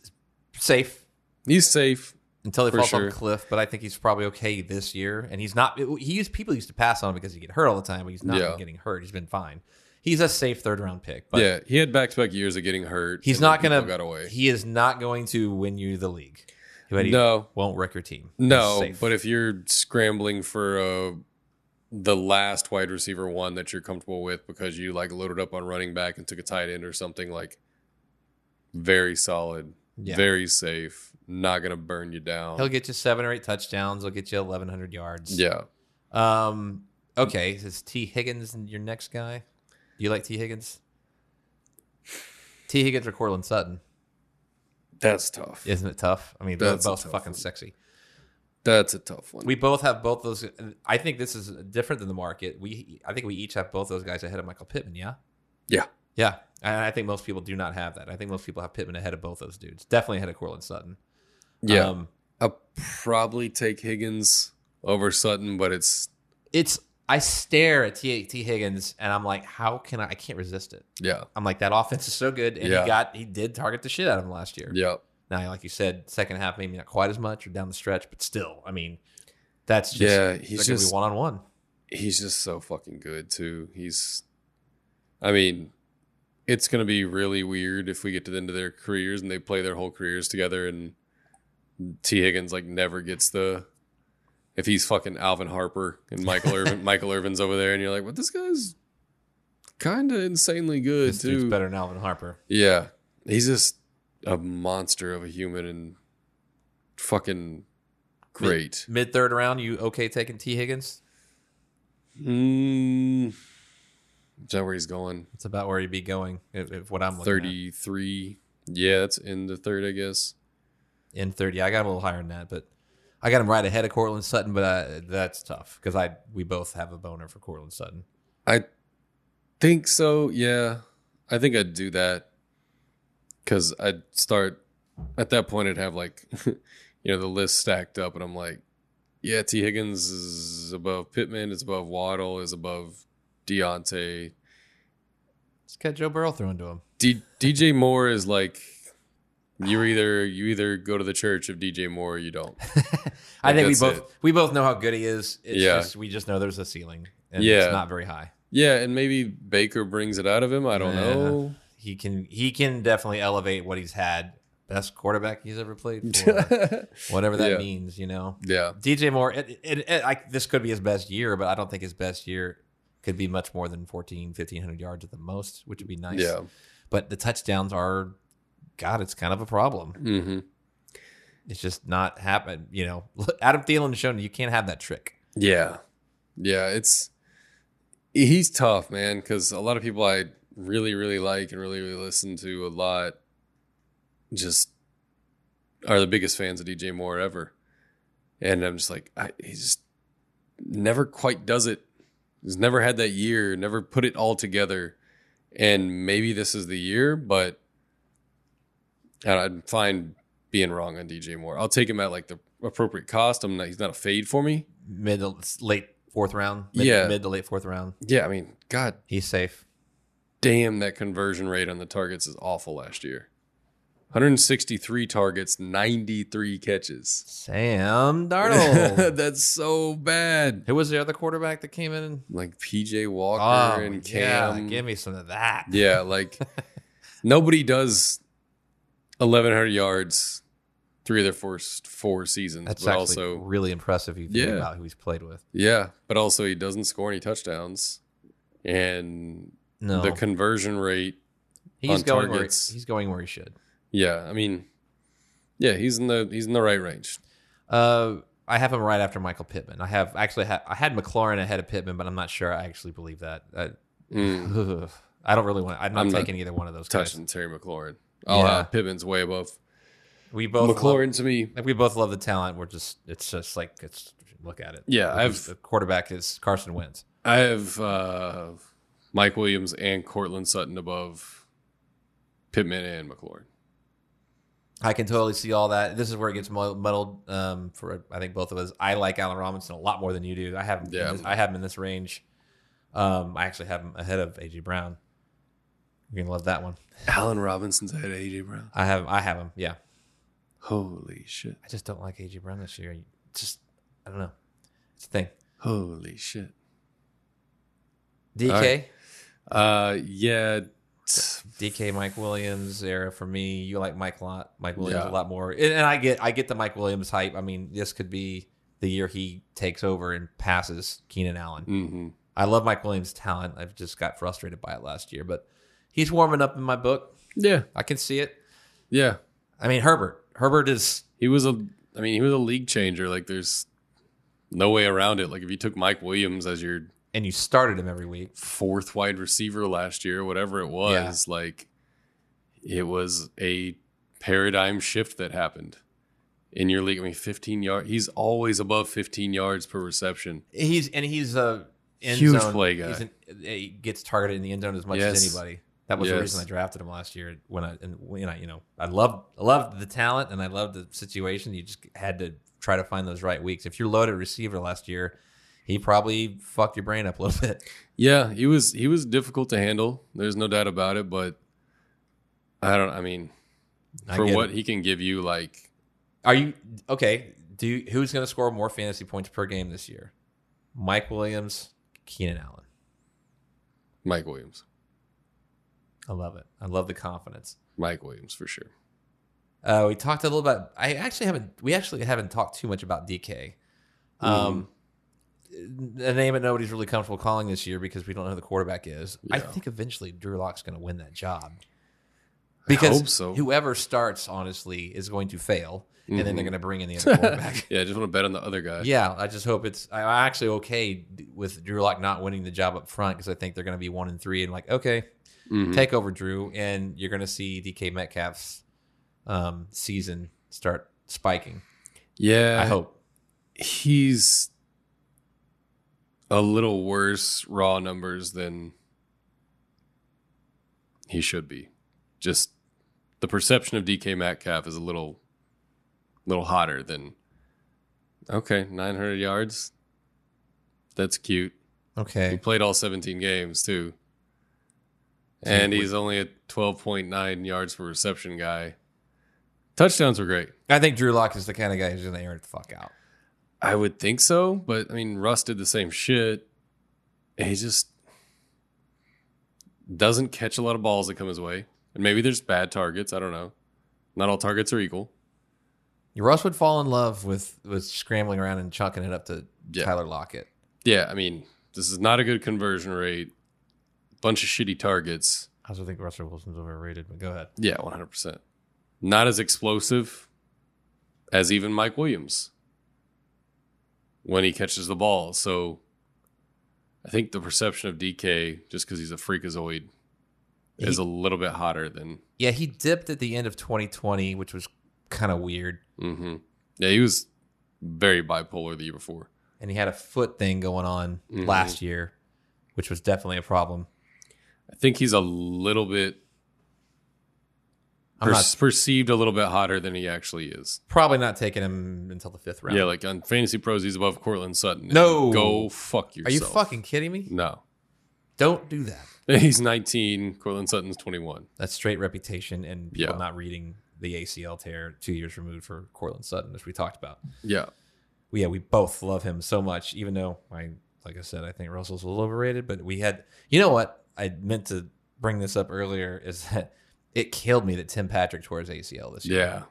[SPEAKER 7] safe
[SPEAKER 6] He's safe.
[SPEAKER 7] until he
[SPEAKER 6] For
[SPEAKER 7] falls off
[SPEAKER 6] sure.
[SPEAKER 7] a cliff, but I think he's probably okay this year. And he's not. It, he used people used to pass on him because he get hurt all the time, but he's not
[SPEAKER 6] Yeah.
[SPEAKER 7] been getting hurt. He's been fine. He's a safe third round pick, but
[SPEAKER 6] yeah, he had back to back years of getting hurt.
[SPEAKER 7] he's
[SPEAKER 6] and then
[SPEAKER 7] not gonna.
[SPEAKER 6] people Got away.
[SPEAKER 7] He is not going to win you the league. But he
[SPEAKER 6] No.
[SPEAKER 7] won't wreck your team. He's
[SPEAKER 6] no,
[SPEAKER 7] safe.
[SPEAKER 6] but if you're scrambling for uh, the last wide receiver one that you're comfortable with because you like loaded up on running back and took a tight end or something like very solid,
[SPEAKER 7] Yeah.
[SPEAKER 6] very safe, not gonna burn you down.
[SPEAKER 7] he'll get you seven or eight touchdowns, he'll get you eleven hundred yards.
[SPEAKER 6] yeah,
[SPEAKER 7] Um. Okay. Is T Higgins your next guy? Do you like T Higgins? T Higgins or Cortland Sutton?
[SPEAKER 6] that's tough.
[SPEAKER 7] Isn't it tough? I mean, they're
[SPEAKER 6] That's a
[SPEAKER 7] both
[SPEAKER 6] tough
[SPEAKER 7] fucking
[SPEAKER 6] one.
[SPEAKER 7] sexy.
[SPEAKER 6] That's a tough one.
[SPEAKER 7] We both have both those. I think this is different than the market. We, I think we each have both those guys ahead of Michael Pittman. Yeah.
[SPEAKER 6] yeah,
[SPEAKER 7] Yeah. And I think most people do not have that. I think most people have Pittman ahead of both those dudes. Definitely ahead of Cortland Sutton.
[SPEAKER 6] yeah.
[SPEAKER 7] Um,
[SPEAKER 6] I'll probably take Higgins over Sutton, but it's
[SPEAKER 7] it's. I stare at T. T. Higgins and I'm like, how can I? I can't resist it.
[SPEAKER 6] yeah,
[SPEAKER 7] I'm like, that offense is so good, and
[SPEAKER 6] Yeah.
[SPEAKER 7] he got he did target the shit out of him last year.
[SPEAKER 6] yeah.
[SPEAKER 7] Now, like you said, second half maybe not quite as much or down the stretch, but still, I mean, that's just
[SPEAKER 6] Yeah, he's
[SPEAKER 7] they're gonna
[SPEAKER 6] just-
[SPEAKER 7] be one on one.
[SPEAKER 6] he's just so fucking good too. He's, I mean, it's gonna be really weird if we get to the end of their careers and they play their whole careers together, and T Higgins like never gets the. If he's fucking Alvin Harper and Michael Irvin, Michael Irvin's over there, and you're like, "Well, this guy's kind of insanely good
[SPEAKER 7] This dude's
[SPEAKER 6] too."
[SPEAKER 7] better than Alvin Harper.
[SPEAKER 6] Yeah, he's just a monster of a human and fucking great.
[SPEAKER 7] Mid third round, you okay taking T Higgins?
[SPEAKER 6] Mm, is that where he's going?
[SPEAKER 7] That's about where you'd be going. If, if what I'm looking at.
[SPEAKER 6] 33. Yeah, it's in the third, I guess.
[SPEAKER 7] in thirty, I got him a little higher than that, but I got him right ahead of Cortland Sutton. But I, that's tough because I we both have a boner for Cortland Sutton.
[SPEAKER 6] I think so. Yeah. I think I'd do that because I'd start at that point, I'd have like, *laughs* you know, the list stacked up, and I'm like, yeah, T. Higgins is above Pittman, is above Waddle, is above Deontay.
[SPEAKER 7] Just got Joe Burrow thrown to him.
[SPEAKER 6] D- DJ Moore is like, you either you either go to the church of DJ Moore or you don't. *laughs*
[SPEAKER 7] I think we
[SPEAKER 6] that's
[SPEAKER 7] both we both know how good he is. It's
[SPEAKER 6] Yeah.
[SPEAKER 7] just we just know there's a ceiling and
[SPEAKER 6] Yeah.
[SPEAKER 7] it's not very high.
[SPEAKER 6] Yeah, and maybe Baker brings it out of him. I don't
[SPEAKER 7] Yeah.
[SPEAKER 6] know.
[SPEAKER 7] He can he can definitely elevate what he's had. Best quarterback he's ever
[SPEAKER 6] *laughs*
[SPEAKER 7] played for, whatever that
[SPEAKER 6] Yeah.
[SPEAKER 7] means, you know.
[SPEAKER 6] yeah.
[SPEAKER 7] DJ Moore, it, it, it, I, this could be his best year, but I don't think his best year could be much more than 14, 1500 yards at the most, which would be nice.
[SPEAKER 6] Yeah.
[SPEAKER 7] But the touchdowns are, God, it's kind of a problem.
[SPEAKER 6] Mm-hmm.
[SPEAKER 7] It's just not happen. You know, Adam Thielen has shown you can't have that trick.
[SPEAKER 6] Yeah. Yeah. It's he's tough, man, because a lot of people I really, really like and really, really listen to a lot just are the biggest fans of DJ Moore ever. And I'm just like, I, he just never quite does it. He's never had that year, never put it all together. And maybe this is the year, but I don't- I'm fine being wrong on DJ Moore. I'll take him at like the appropriate cost. I'm not, he's not a fade for me.
[SPEAKER 7] Mid to late fourth round. Mid,
[SPEAKER 6] Yeah.
[SPEAKER 7] Mid to late fourth round.
[SPEAKER 6] Yeah, I mean, god
[SPEAKER 7] He's safe.
[SPEAKER 6] damn, that conversion rate on the targets is awful last year. 163 targets, 93 catches.
[SPEAKER 7] Sam
[SPEAKER 6] *laughs*
[SPEAKER 7] Darnold.
[SPEAKER 6] That's so bad.
[SPEAKER 7] Who was the other quarterback that came in?
[SPEAKER 6] Like PJ Walker
[SPEAKER 7] Oh,
[SPEAKER 6] and
[SPEAKER 7] yeah,
[SPEAKER 6] Cam.
[SPEAKER 7] give me some of that. *laughs*
[SPEAKER 6] Yeah, like nobody does 1,100 yards, three of their first four seasons.
[SPEAKER 7] That's
[SPEAKER 6] but
[SPEAKER 7] actually
[SPEAKER 6] also,
[SPEAKER 7] really impressive. If you think
[SPEAKER 6] Yeah.
[SPEAKER 7] about who he's played with.
[SPEAKER 6] yeah, but also he doesn't score any touchdowns, and
[SPEAKER 7] No,
[SPEAKER 6] the conversion rate.
[SPEAKER 7] he's
[SPEAKER 6] on
[SPEAKER 7] going where
[SPEAKER 6] targets.
[SPEAKER 7] he's going where he should.
[SPEAKER 6] Yeah, I mean, yeah, he's in the he's in the right range.
[SPEAKER 7] Uh, I have him right after Michael Pittman. I have actually ha- I had McLaurin ahead of Pittman, but I'm not sure I actually believe that. I,
[SPEAKER 6] Mm,
[SPEAKER 7] *laughs* I don't really want. I'm not
[SPEAKER 6] I'm not
[SPEAKER 7] taking either one of those. Guys.
[SPEAKER 6] touching Terry McLaurin. Oh,
[SPEAKER 7] Yeah.
[SPEAKER 6] uh, Pittman's way above
[SPEAKER 7] We both love-
[SPEAKER 6] McLaurin to me.
[SPEAKER 7] Like we both love the talent. We're just it's just like it's look at it.
[SPEAKER 6] Yeah,
[SPEAKER 7] Like,
[SPEAKER 6] I've-
[SPEAKER 7] the quarterback is Carson Wentz.
[SPEAKER 6] I have uh, Mike Williams and Cortland Sutton above Pittman and McLaurin.
[SPEAKER 7] I can totally see all that. This is where it gets mud- muddled um, for I think both of us. I like Allen Robinson a lot more than you do. I have him in
[SPEAKER 6] Yeah.
[SPEAKER 7] this- I have him in this range. Um, I actually have him ahead of AJ Brown. You're gonna love that one.
[SPEAKER 6] Allen Robinson's ahead of AJ Brown.
[SPEAKER 7] I have I have him. Yeah,
[SPEAKER 6] Holy shit!
[SPEAKER 7] I just don't like AJ Brown this year. You- Just I don't know. It's a thing.
[SPEAKER 6] Holy shit!
[SPEAKER 7] DK
[SPEAKER 6] All right. Uh, yeah, t-
[SPEAKER 7] DK Mike Williams era for me. You like Mike a lot, Mike Williams
[SPEAKER 6] Yeah.
[SPEAKER 7] a lot more, and, and I get I get the Mike Williams hype. I mean, this could be the year he takes over and passes Keenan Allen.
[SPEAKER 6] mhm.
[SPEAKER 7] I love Mike Williams' talent. I've just got frustrated by it last year, but he's warming up in my book.
[SPEAKER 6] yeah,
[SPEAKER 7] I can see it.
[SPEAKER 6] yeah.
[SPEAKER 7] I mean, Herbert. Herbert is
[SPEAKER 6] He was a, I mean, he was a league changer. Like, there's no way around it. Like, if you took Mike Williams as your
[SPEAKER 7] and you started him every week.
[SPEAKER 6] fourth wide receiver last year, whatever it was, like it was a paradigm shift that happened in your league. I mean, 15 yards. He's always above 15 yards per reception.
[SPEAKER 7] He's and he's a end
[SPEAKER 6] Huge
[SPEAKER 7] zone-
[SPEAKER 6] play guy.
[SPEAKER 7] He's an, he gets targeted in the end zone as much as
[SPEAKER 6] Yes.
[SPEAKER 7] anybody. That was the
[SPEAKER 6] Yes.
[SPEAKER 7] reason I drafted him last year. When I and when I you know I loved I loved the talent and I loved the situation. You just had to try to find those right weeks. If you're loaded receiver last year, he probably fucked your brain up a little *laughs* bit.
[SPEAKER 6] Yeah, he was he was difficult to handle. There's no doubt about it, but I don't I mean,
[SPEAKER 7] I
[SPEAKER 6] for
[SPEAKER 7] get
[SPEAKER 6] what
[SPEAKER 7] it.
[SPEAKER 6] he can give you like
[SPEAKER 7] Are you okay? Do you, who's going to score more fantasy points per game this year? Mike Williams, Keenan Allen.
[SPEAKER 6] Mike Williams.
[SPEAKER 7] I love it. I love the confidence.
[SPEAKER 6] Mike Williams for sure.
[SPEAKER 7] Uh, we talked a little about. I actually haven't. We actually haven't talked too much about DK. Um,
[SPEAKER 6] Mm.
[SPEAKER 7] a name that nobody's really comfortable calling this year because we don't know who the quarterback is. I
[SPEAKER 6] Yeah.
[SPEAKER 7] think eventually Drew Locke's going to win that job.
[SPEAKER 6] hope so.
[SPEAKER 7] whoever starts honestly is going to fail, and
[SPEAKER 6] Mm-hmm.
[SPEAKER 7] then they're going to bring in the
[SPEAKER 6] *laughs*
[SPEAKER 7] other quarterback.
[SPEAKER 6] Yeah, I just want to bet on the other guy.
[SPEAKER 7] Yeah, I just hope it's. I- I'm actually okay with Drew Lock not winning the job up front because I think they're going to be one and three and like, okay, take over Drew, and you're going to see DK Metcalf's um, season start spiking.
[SPEAKER 6] Yeah.
[SPEAKER 7] I hope.
[SPEAKER 6] he's a little worse raw numbers than he should be. Just the perception of DK Metcalf is a little little hotter than okay, 900 yards. That's cute. He
[SPEAKER 7] Okay,
[SPEAKER 6] played all 17 games too. And he's only a 12.9 yards per reception guy. Touchdowns were great.
[SPEAKER 7] I think Drew Lock is the kind of guy who's going to air it the fuck out.
[SPEAKER 6] I would think so, but I mean, Russ did the same shit. He just doesn't catch a lot of balls that come his way. And maybe there's bad targets. I don't know. Not all targets are equal.
[SPEAKER 7] Russ would fall in love with with scrambling around and chucking it up to
[SPEAKER 6] Yeah.
[SPEAKER 7] Tyler Lockett.
[SPEAKER 6] Yeah, I mean, this is not a good conversion rate. Bunch of shitty targets.
[SPEAKER 7] I also think Russell Wilson's overrated, but go ahead.
[SPEAKER 6] Yeah, 100%. Not as explosive as even Mike Williams when he catches the ball. So I think the perception of DK, just because he's a freakazoid, is a little bit hotter than.
[SPEAKER 7] Yeah, he dipped at the end of 2020, which was kind of weird.
[SPEAKER 6] hmm Yeah, he was very bipolar the year before.
[SPEAKER 7] and he had a foot thing going on
[SPEAKER 6] Mm-hmm.
[SPEAKER 7] last year, which was definitely a problem.
[SPEAKER 6] I think he's a little bit
[SPEAKER 7] I'm
[SPEAKER 6] per-
[SPEAKER 7] not
[SPEAKER 6] perceived a little bit hotter than he actually is.
[SPEAKER 7] probably not taking him until the fifth round.
[SPEAKER 6] Yeah, like on Fantasy Pros, he's above Cortland Sutton.
[SPEAKER 7] No.
[SPEAKER 6] Go fuck
[SPEAKER 7] Are
[SPEAKER 6] yourself.
[SPEAKER 7] you fucking kidding me?
[SPEAKER 6] No.
[SPEAKER 7] Don't do
[SPEAKER 6] *laughs*
[SPEAKER 7] that.
[SPEAKER 6] He's 19. Cortland Sutton's 21.
[SPEAKER 7] That's straight reputation and people
[SPEAKER 6] Yeah.
[SPEAKER 7] not reading the ACL tear two years removed for Cortland Sutton, which we talked about.
[SPEAKER 6] Yeah.
[SPEAKER 7] We, yeah, we both love him so much, even though I, like I said, I think Russell's a little overrated. But we had, you know what? I meant to bring this up earlier is that it killed me that Tim Patrick tore his ACL this year.
[SPEAKER 6] Yeah.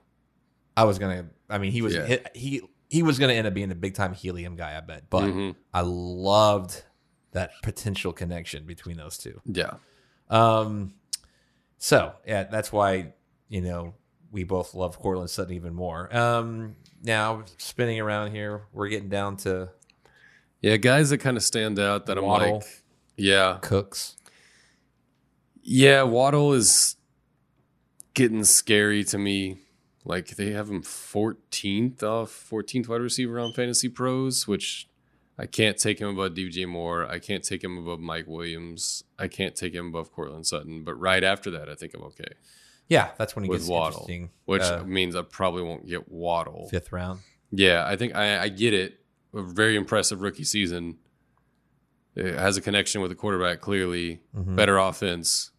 [SPEAKER 7] I was gonna. I mean, he was
[SPEAKER 6] Yeah.
[SPEAKER 7] he, he he was gonna end up being a big time helium guy. I bet, but
[SPEAKER 6] Mhm.
[SPEAKER 7] I loved that potential connection between those two.
[SPEAKER 6] Yeah.
[SPEAKER 7] Um, so yeah, that's why you know we both love Cortland Sutton even more. Um, now spinning around here, we're getting down to
[SPEAKER 6] Yeah, guys that kind of stand out that I'm
[SPEAKER 7] Waddle.
[SPEAKER 6] like, yeah,
[SPEAKER 7] Cooks.
[SPEAKER 6] yeah. Waddle is getting scary to me. Like they have him 14th off 14th wide receiver on Fantasy Pros, which I can't take him above DJ Moore. I can't take him above Mike Williams. I can't take him above Cortland Sutton. But right after that, I think I'm okay
[SPEAKER 7] Yeah, that's when he
[SPEAKER 6] with
[SPEAKER 7] gets
[SPEAKER 6] Waddle,
[SPEAKER 7] interesting.
[SPEAKER 6] which
[SPEAKER 7] uh,
[SPEAKER 6] means I probably won't get Waddle.
[SPEAKER 7] fifth round.
[SPEAKER 6] Yeah, I think I, I get it. A very impressive rookie season. It has a connection with the quarterback, clearly. Better offense.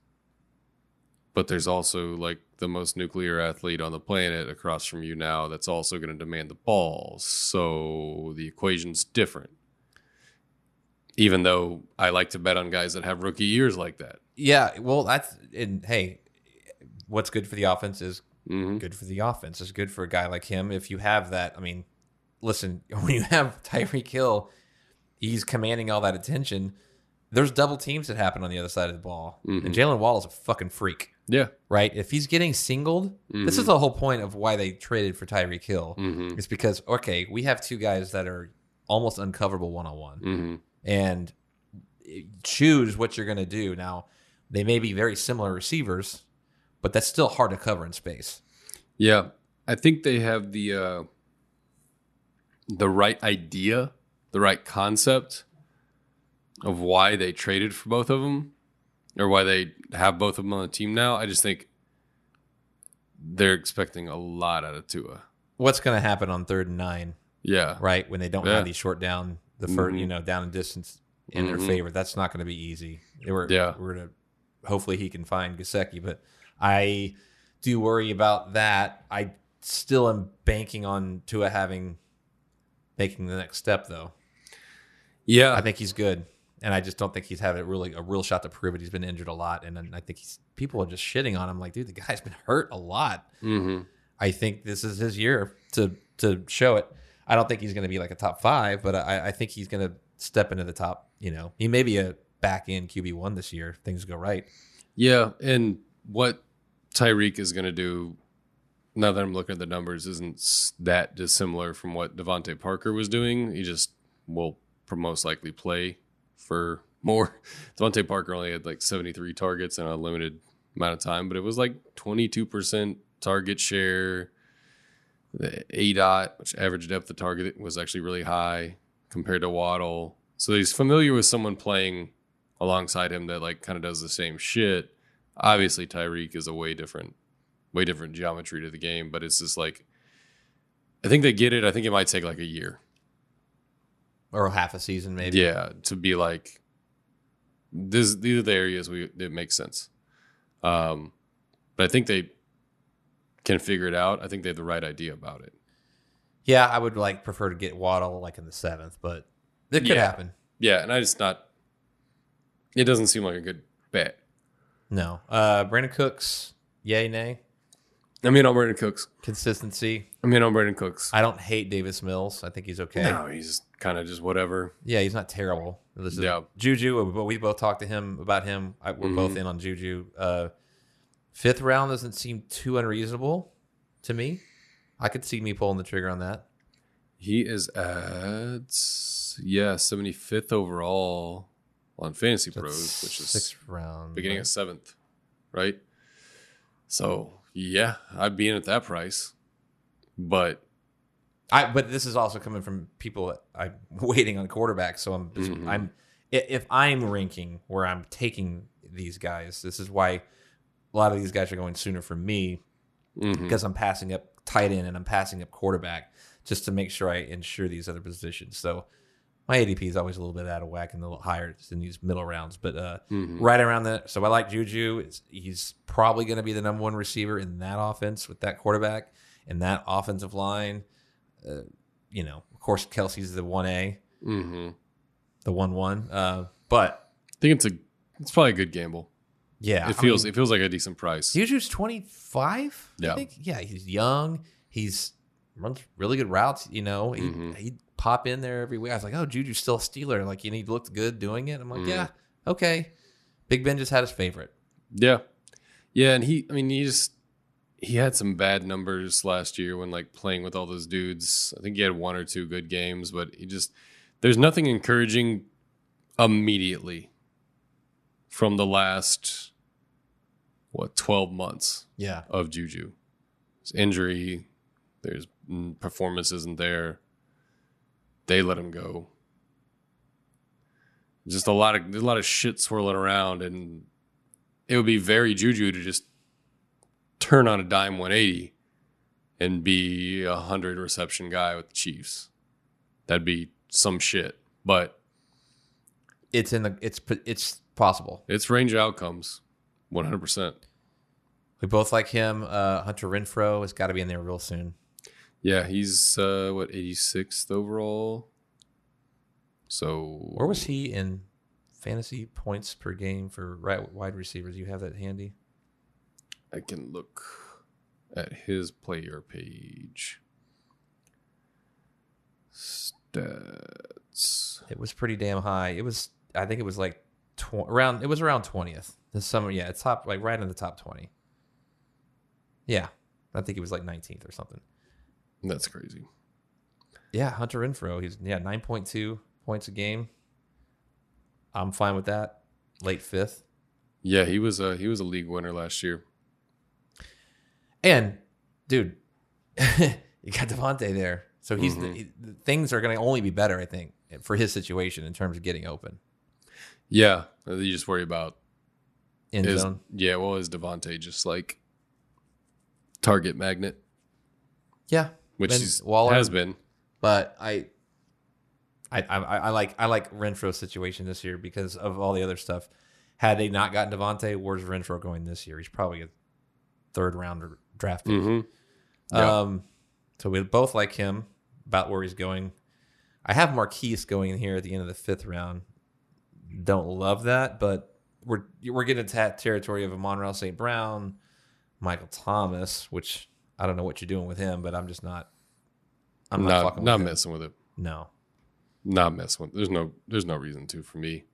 [SPEAKER 6] But there's also like the most nuclear athlete on the planet across from you now that's also going to demand the ball. So the equation's different. Even though I like to bet on guys that have rookie years like that.
[SPEAKER 7] Yeah, well, that's and hey, what's good for the offense is
[SPEAKER 6] Mm-hmm.
[SPEAKER 7] good for the offense. It's good for a guy like him if you have that. I mean, listen, *laughs* when you have Tyreek Hill, he's commanding all that attention. There's double teams that happen on the other side of the ball, and Jalen Wall is a fucking freak,
[SPEAKER 6] Yeah.
[SPEAKER 7] right? If he's getting singled, this is the whole point of why they traded for Tyreek Hill.
[SPEAKER 6] Mm-hmm.
[SPEAKER 7] It's because okay, we have two guys that are almost uncoverable one on one
[SPEAKER 6] Mm-hmm.
[SPEAKER 7] and choose what you're going to do. Now, they may be very similar receivers, but that's still hard to cover in space.
[SPEAKER 6] Yeah, I think they have the uh, the right idea, the right concept of why they traded for both of them, or why they have both of them on the team now. I just think they're expecting a lot out of Tua.
[SPEAKER 7] What's going to happen on third and nine,
[SPEAKER 6] Yeah,
[SPEAKER 7] right? When they don't
[SPEAKER 6] Yeah.
[SPEAKER 7] have these short down, the 1st you know, down and distance in
[SPEAKER 6] Mhm.
[SPEAKER 7] their favor. That's not going to be easy. They were,
[SPEAKER 6] Yeah.
[SPEAKER 7] we're going to, hopefully he can find Gasecki, but I do worry about that. I still am banking on Tua having, making the next step though.
[SPEAKER 6] yeah.
[SPEAKER 7] I think he's good, and I just don't think he's had a really a real shot to prove it. He's been injured a lot, and then I think he's people are just shitting on him. Like, dude, the guy's been hurt a lot.
[SPEAKER 6] Mhm.
[SPEAKER 7] I think this is his year to to show it. I don't think he's going to be like a top five, but I, I think he's going to step into the top. You know, he may be a back end QB one this year. if Things go right.
[SPEAKER 6] Yeah, and what Tyreek is going to do now that I'm looking at the numbers isn't s- that dissimilar from what Devontae Parker was doing. He just will pr- most likely play for more. *laughs* Devontae Parker only had like 73 targets in a limited amount of time, but it was like 22% target share. The A dot, which average depth of target was actually really high compared to Waddle. So he's familiar with someone playing alongside him that like kind of does the same shit. Obviously, Tyreek is a way different, way different geometry to the game, but it's just like I think they get it. I think it might take like a year,
[SPEAKER 7] Or half a season, maybe.
[SPEAKER 6] yeah, to be like this. These are the areas we it makes sense. Um, but I think they can figure it out. I think they have the right idea about it.
[SPEAKER 7] Yeah, I would like prefer to get Waddle like in the seventh, but it could
[SPEAKER 6] Yeah.
[SPEAKER 7] happen.
[SPEAKER 6] Yeah, and I just not. It doesn't seem like a good bet.
[SPEAKER 7] No, uh, Brandon Cooks, yay nay,
[SPEAKER 6] I mean, on Brandon Cooks.
[SPEAKER 7] consistency.
[SPEAKER 6] I mean, on Brandon Cooks.
[SPEAKER 7] I don't hate Davis Mills. I think he's okay.
[SPEAKER 6] No, he's kind of just whatever.
[SPEAKER 7] Yeah, he's not terrible. This is
[SPEAKER 6] Yeah.
[SPEAKER 7] Juju, but we both talked to him about him. I, we're
[SPEAKER 6] Mm-hmm.
[SPEAKER 7] both in on Juju. Uh, fifth round doesn't seem too unreasonable to me. I could see me pulling the trigger on that.
[SPEAKER 6] He is at yeah, seventy fifth overall on Fantasy Pros, which is
[SPEAKER 7] sixth round.
[SPEAKER 6] beginning
[SPEAKER 7] right?
[SPEAKER 6] of seventh, right? So yeah, I'd be in at that price, but
[SPEAKER 7] I, but this is also coming from people that I'm *laughs* waiting on quarterbacks. So I'm, just, I'm, i- if I'm ranking where I'm taking these guys, this is why a lot of these guys are going sooner for me because I'm passing up tight end and I'm passing up quarterback just to make sure I ensure these other positions. So my ADP is always a little bit out of whack and a little higher in these middle rounds, but uh, right around that. So I like Juju. It's, he's probably going to be the number one receiver in that offense with that quarterback and that offensive line you know, of course, Kelsey's the one A, Mm-hmm.
[SPEAKER 6] mhm.
[SPEAKER 7] the one one. Uh, but
[SPEAKER 6] I think it's a it's probably a good gamble.
[SPEAKER 7] yeah,
[SPEAKER 6] It feels it feels like a decent price.
[SPEAKER 7] Juju's twenty five.
[SPEAKER 6] Yeah.
[SPEAKER 7] I think. Yeah, he's young. He's runs really good routes. You know, he, he'd pop in there every week. I was like, oh, Juju's still a Steeler. Like, and he looked good doing it. I'm like, yeah, okay. Big Ben just had his favorite.
[SPEAKER 6] Yeah. Yeah, and he I mean he just he had some bad numbers last year when like playing with all those dudes. I think he had one or two good games, but he just there's nothing encouraging immediately from the last what 12 months
[SPEAKER 7] Yeah.
[SPEAKER 6] of Juju. It's injury, there's mm, performance isn't there. They let him go. Just a lot of there's a lot of shit swirling around, and it would be very Juju to just turn on a dime 180 and be a hundred reception guy with the Chiefs. That'd be some shit, but
[SPEAKER 7] It's in the, it's, it's possible.
[SPEAKER 6] it's range of outcomes, 100. percent
[SPEAKER 7] We both like him. Uh, Hunter Renfro has got to be in there real soon.
[SPEAKER 6] Yeah, he's uh, what 86th overall. So
[SPEAKER 7] Where was he in fantasy points per game for right wide receivers? You have that handy?
[SPEAKER 6] I can look at his player page. Stats.
[SPEAKER 7] It was pretty damn high. It was, I think it was like tw- around, it was around 20th. This summer, yeah, it's top, like right in the top 20. Yeah. I think he was like 19th or something.
[SPEAKER 6] That's crazy.
[SPEAKER 7] Yeah. Hunter Renfro, he's, yeah, 9.2 points a game. I'm fine with that. Late fifth.
[SPEAKER 6] Yeah, he was a he was a league winner last year.
[SPEAKER 7] And dude, *laughs* you got Devontae there, so he's he- things are going to only be better, I think, for his situation in terms of getting open
[SPEAKER 6] Yeah, uh, you just worry about
[SPEAKER 7] in
[SPEAKER 6] is
[SPEAKER 7] zone.
[SPEAKER 6] yeah. Well, is Devontae just like target magnet,
[SPEAKER 7] Yeah,
[SPEAKER 6] which
[SPEAKER 7] Ben
[SPEAKER 6] he's,
[SPEAKER 7] Waller.
[SPEAKER 6] has been.
[SPEAKER 7] but I, I, I, I like I like Renfro's situation this year because of all the other stuff. Had they not gotten Devontae, where's Renfro going this year? He's probably a third rounder draft pick.
[SPEAKER 6] Mhm.
[SPEAKER 7] Um, so we both like him about where he's going. I have Marquise going in here at the end of the fifth round. Don't love that, but we're we're getting into that territory of a Monreal St. Brown, Michael Thomas, which I don't know what you're doing with him, but I'm just not. I'm not,
[SPEAKER 6] not
[SPEAKER 7] fucking
[SPEAKER 6] not
[SPEAKER 7] with him.
[SPEAKER 6] messing with it.
[SPEAKER 7] No,
[SPEAKER 6] Not messing with. There's no there's no reason to for me.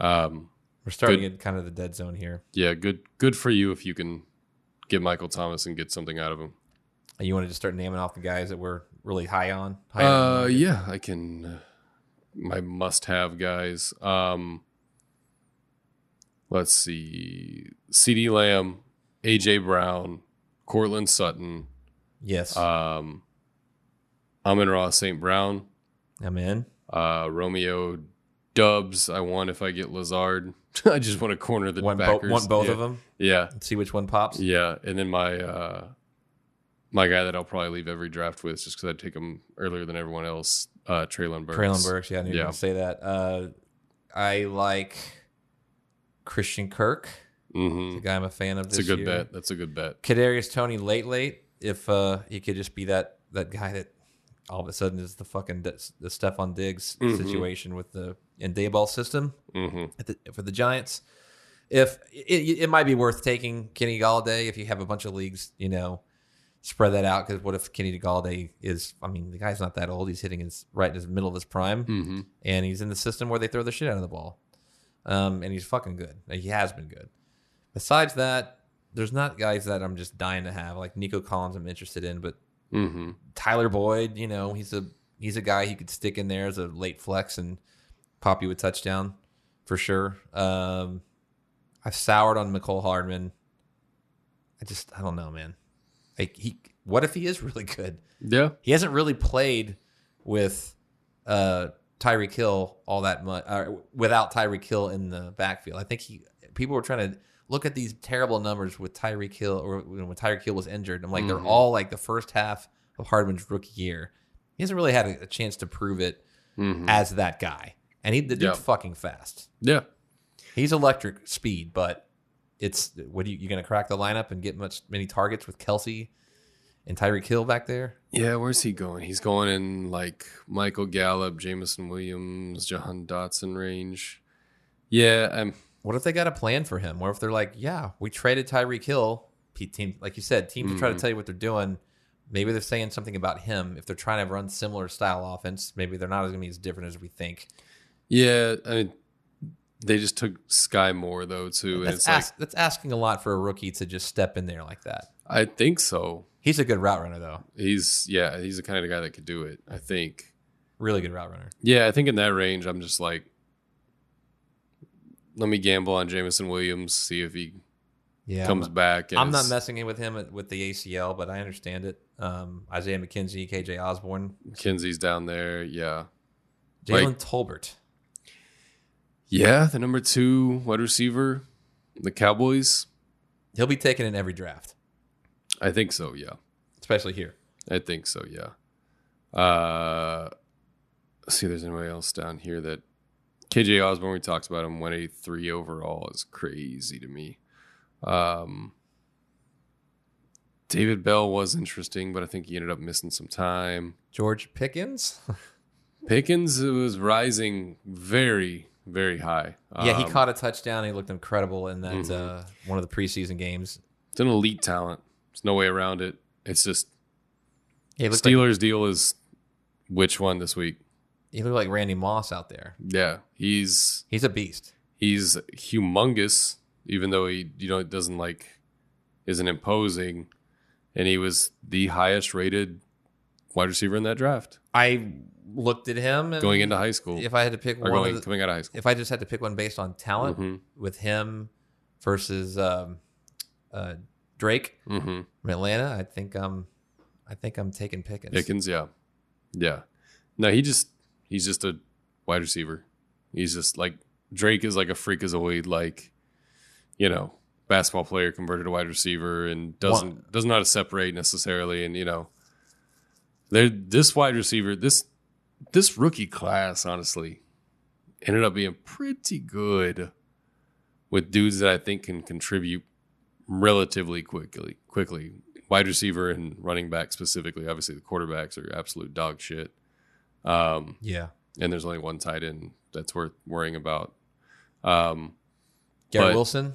[SPEAKER 6] Um,
[SPEAKER 7] we're starting in kind of the dead zone here.
[SPEAKER 6] yeah, good good for you if you can get Michael Thomas and get something out of him.
[SPEAKER 7] And Uh, you want to just start naming off the guys that we're really high on? High on
[SPEAKER 6] Uh, yeah, I can. uh, My must-have guys. Um, let's see: C.D. Lamb, A.J. Brown, Cortland Sutton,
[SPEAKER 7] yes,
[SPEAKER 6] um, Amon Ross, St. Brown,
[SPEAKER 7] I'm in.
[SPEAKER 6] uh, Romeo Dubs. I want if I get Lazard. *laughs* I just want to corner the
[SPEAKER 7] Want, bo-
[SPEAKER 6] backers.
[SPEAKER 7] want both
[SPEAKER 6] yeah.
[SPEAKER 7] of them?
[SPEAKER 6] Yeah,
[SPEAKER 7] See which one pops.
[SPEAKER 6] yeah, and then my uh, my guy that I'll probably leave every draft with, just because I take him earlier than everyone else. Uh, Traylon Burks.
[SPEAKER 7] Traylon Burks. Yeah, I knew you were
[SPEAKER 6] Yeah.
[SPEAKER 7] going to say that. Uh, I like Christian Kirk,
[SPEAKER 6] Mm-hmm.
[SPEAKER 7] the guy I'm a fan of.
[SPEAKER 6] It's
[SPEAKER 7] This
[SPEAKER 6] a good
[SPEAKER 7] year.
[SPEAKER 6] bet. That's a good bet.
[SPEAKER 7] Kadarius Tony late, late. If uh, he could just be that that guy that all of a sudden is the fucking De- the Stephon Diggs
[SPEAKER 6] Mhm.
[SPEAKER 7] situation with the and Dayball system
[SPEAKER 6] hmm
[SPEAKER 7] at the, for the Giants. If it, it might be worth taking Kenny Galladay if you have a bunch of leagues, you know, spread that out. Because what if Kenny Galladay is? I mean, the guy's not that old. He's hitting his right in his middle of his prime
[SPEAKER 6] hmm
[SPEAKER 7] and he's in the system where they throw the shit out of the ball. Um, and he's fucking good. Like, He has been good. Besides that, there's not guys that I'm just dying to have. Like Nico Collins, I'm interested in, but
[SPEAKER 6] hmm
[SPEAKER 7] Tyler Boyd, you know, he's a he's a guy he could stick in there as a late flex and pop you a touchdown for sure. Um, I've soured on McCole Hardman. I just I don't know, man. Like he, what if he is *laughs* really good?
[SPEAKER 6] Yeah.
[SPEAKER 7] he hasn't really played with uh Tyreek Hill all that much or without Tyreek Hill in the backfield. I think he people were trying to look at these terrible numbers with Tyreek Hill or you know, when Tyreek Hill was injured. I'm like they're all like the first half of Hardman's rookie year. He hasn't really had a, a chance to prove it as that guy. And he the dude's
[SPEAKER 6] Yeah.
[SPEAKER 7] fucking fast.
[SPEAKER 6] Mm-hmm. Yeah.
[SPEAKER 7] He's electric speed, but it's what are you, you going to crack the lineup and get much many targets with Kelsey and Tyreek Hill back there?
[SPEAKER 6] Yeah. Where's he going? He's going in like Michael Gallup, Jamison Williams, Jahan Dotson range. Yeah. I'm,
[SPEAKER 7] What if they got a plan for him?
[SPEAKER 6] Mm-hmm.
[SPEAKER 7] What if they're like, yeah, we traded Tyreek Hill, P- team, like you said, teams are trying to tell you what they're doing. Maybe they're saying something about him. If they're trying to run similar style offense, maybe they're not going to be as different as we think.
[SPEAKER 6] Yeah, I mean, they just took Sky Moore though too, and
[SPEAKER 7] That's,
[SPEAKER 6] it's like
[SPEAKER 7] ask, that's asking a lot for a rookie to just step in there like that.
[SPEAKER 6] I think so.
[SPEAKER 7] He's a good route runner, though.
[SPEAKER 6] He's yeah, he's the kind of guy that could do it. I think.
[SPEAKER 7] Really good route runner.
[SPEAKER 6] Yeah, I think in that range, I'm just like, let me gamble on Jamison Williams, see if he
[SPEAKER 7] Yeah,
[SPEAKER 6] comes back. and
[SPEAKER 7] I'm not
[SPEAKER 6] is-
[SPEAKER 7] messing in with him at- with the ACL, but I understand it. Um, Isaiah McKenzie, KJ Osborne,
[SPEAKER 6] Kinsey's down there. Yeah.
[SPEAKER 7] Jalen
[SPEAKER 6] Like-
[SPEAKER 7] Tolbert.
[SPEAKER 6] Yeah, the number two wide receiver, the Cowboys.
[SPEAKER 7] He'll be taken in every draft,
[SPEAKER 6] I think so. Yeah,
[SPEAKER 7] especially here.
[SPEAKER 6] I think so. Yeah. Uh, let's see, if there's anybody else down here that KJ Osborne. We talked about him. 183 overall is crazy to me. Um, David Bell was interesting, but I think he ended up missing some time.
[SPEAKER 7] George Pickens. *laughs*
[SPEAKER 6] Pickens was rising very, very high.
[SPEAKER 7] yeah, he
[SPEAKER 6] Um, Mm-hmm.
[SPEAKER 7] caught a touchdown. He looked incredible in that uh, one of the preseason games.
[SPEAKER 6] It's an elite talent. There's no way around it. It's just
[SPEAKER 7] He looked, like,
[SPEAKER 6] Steelers deal is which one this week?
[SPEAKER 7] he looked like Randy Moss out there.
[SPEAKER 6] Yeah, he's
[SPEAKER 7] He's a beast.
[SPEAKER 6] he's humongous, even though he you know doesn't like isn't imposing, and he was the highest rated wide receiver in that draft
[SPEAKER 7] I looked at him and
[SPEAKER 6] going into high school
[SPEAKER 7] If I had to pick
[SPEAKER 6] or
[SPEAKER 7] Uh, one,
[SPEAKER 6] going
[SPEAKER 7] of the,
[SPEAKER 6] coming out of high school.
[SPEAKER 7] if I just had to pick one based on talent
[SPEAKER 6] Mhm.
[SPEAKER 7] with him versus um, uh, Drake,
[SPEAKER 6] Mm-hmm.
[SPEAKER 7] from Atlanta, I think I'm, I think I'm taking Pickens.
[SPEAKER 6] Pickens, yeah, yeah. No, he just he's just a wide receiver. He's just like Drake is like a freakazoid, like you know, basketball player converted to wide receiver and doesn't doesn't know how to separate necessarily. And you know, there this wide receiver this this rookie class honestly ended up being pretty good with dudes that I think can contribute relatively quickly quickly wide receiver and running back specifically obviously the quarterbacks are absolute dog shit um,
[SPEAKER 7] Yeah,
[SPEAKER 6] and there's only one tight end that's worth worrying about um,
[SPEAKER 7] Garrett
[SPEAKER 6] But-
[SPEAKER 7] Wilson,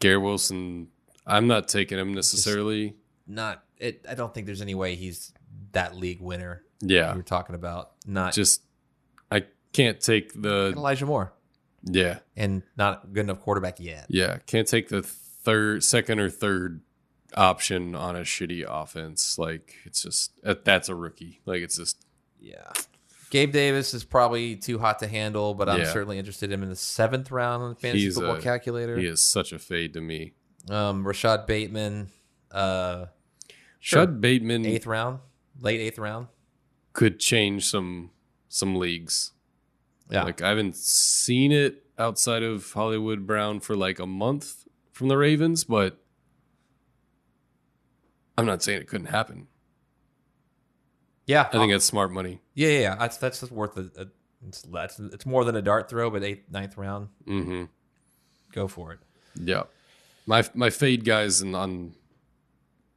[SPEAKER 6] Gary Wilson I'm not taking him necessarily
[SPEAKER 7] not. It, I don't think there's any way he's that league winner
[SPEAKER 6] yeah
[SPEAKER 7] you were talking about. Not just
[SPEAKER 6] just I can't take the
[SPEAKER 7] Elijah Moore
[SPEAKER 6] yeah
[SPEAKER 7] and not good enough quarterback yet.
[SPEAKER 6] yeah can't take the third second or third option on a shitty offense like it's just that- that's a rookie like it's just
[SPEAKER 7] Yeah. Gabe Davis is probably too hot to handle, but I'm
[SPEAKER 6] Yeah.
[SPEAKER 7] certainly interested in him in the seventh round on the fantasy
[SPEAKER 6] He's
[SPEAKER 7] football
[SPEAKER 6] a-
[SPEAKER 7] calculator.
[SPEAKER 6] he is such a fade to me
[SPEAKER 7] Um, Rashad Bateman, uh, Sure.
[SPEAKER 6] Shud Bateman
[SPEAKER 7] eighth round, late eighth round.
[SPEAKER 6] could change some some leagues.
[SPEAKER 7] Yeah,
[SPEAKER 6] Like I haven't seen it outside of Hollywood Brown for like a month from the Ravens, but I'm not saying it couldn't happen.
[SPEAKER 7] yeah.
[SPEAKER 6] I think that's smart money.
[SPEAKER 7] Yeah, yeah, yeah. That's that's just worth a, a it's, that's it's more than a dart throw, but eighth, ninth round,
[SPEAKER 6] Mm-hmm.
[SPEAKER 7] go for it.
[SPEAKER 6] Yeah. My my fade guys and on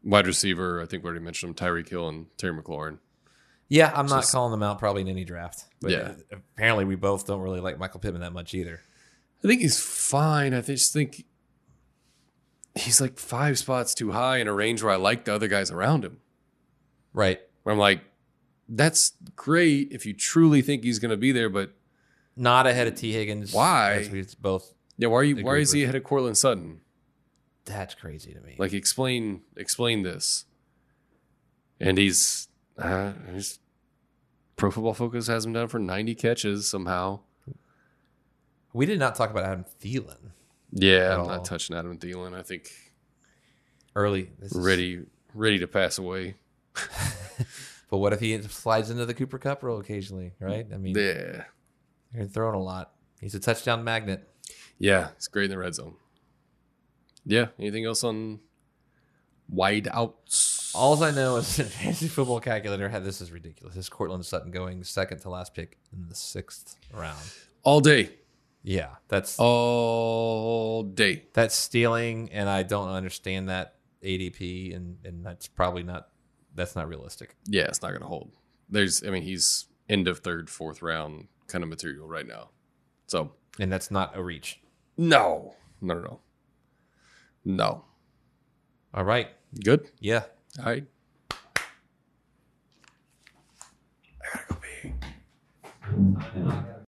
[SPEAKER 6] wide receiver, I think we already mentioned them, Tyreek Hill and Terry McLaurin.
[SPEAKER 7] Yeah, I'm not
[SPEAKER 6] Just-
[SPEAKER 7] calling them out probably in any draft. But
[SPEAKER 6] Yeah.
[SPEAKER 7] apparently we both don't really like Michael Pittman that much either.
[SPEAKER 6] I think he's fine. I just think he's like five spots too high in a range where I like the other guys around him.
[SPEAKER 7] Right.
[SPEAKER 6] where I'm like, that's great if you truly think he's going to be there, but
[SPEAKER 7] Not ahead of T. Higgins.
[SPEAKER 6] Why?
[SPEAKER 7] That's- It's both.
[SPEAKER 6] yeah, why are you? Why
[SPEAKER 7] Agreed
[SPEAKER 6] is he ahead of Cortland Sutton?
[SPEAKER 7] That's crazy to me.
[SPEAKER 6] Like, explain, explain this. And he's, uh, he's Pro Football Focus has him down for 90 catches somehow.
[SPEAKER 7] we did not talk about Adam Thielen
[SPEAKER 6] Yeah,
[SPEAKER 7] At
[SPEAKER 6] I'm
[SPEAKER 7] all.
[SPEAKER 6] not touching Adam Thielen. I think
[SPEAKER 7] early. This is-
[SPEAKER 6] ready, ready to pass away.
[SPEAKER 7] But what if he slides into the Cooper Cup role occasionally? Right. I mean,
[SPEAKER 6] Yeah,
[SPEAKER 7] they're throwing a lot. He's a touchdown magnet.
[SPEAKER 6] yeah, it's great in the red zone. Yeah. Anything else on wide outs?
[SPEAKER 7] All I know is *laughs* that fantasy football calculator had this is ridiculous. This is Cortland Sutton going second to last pick in the sixth round.
[SPEAKER 6] All day,
[SPEAKER 7] Yeah, that's
[SPEAKER 6] Oh. all day.
[SPEAKER 7] that's stealing, and I don't understand that ADP, and and that's probably not that's not realistic.
[SPEAKER 6] yeah, it's not going to hold. There's, I mean, he's end of third, fourth round kind of material right now. So
[SPEAKER 7] And that's not a reach.
[SPEAKER 6] no, no, no, no, no.
[SPEAKER 7] All right.
[SPEAKER 6] Good.
[SPEAKER 7] Yeah.
[SPEAKER 6] All right.
[SPEAKER 7] I'm not gonna-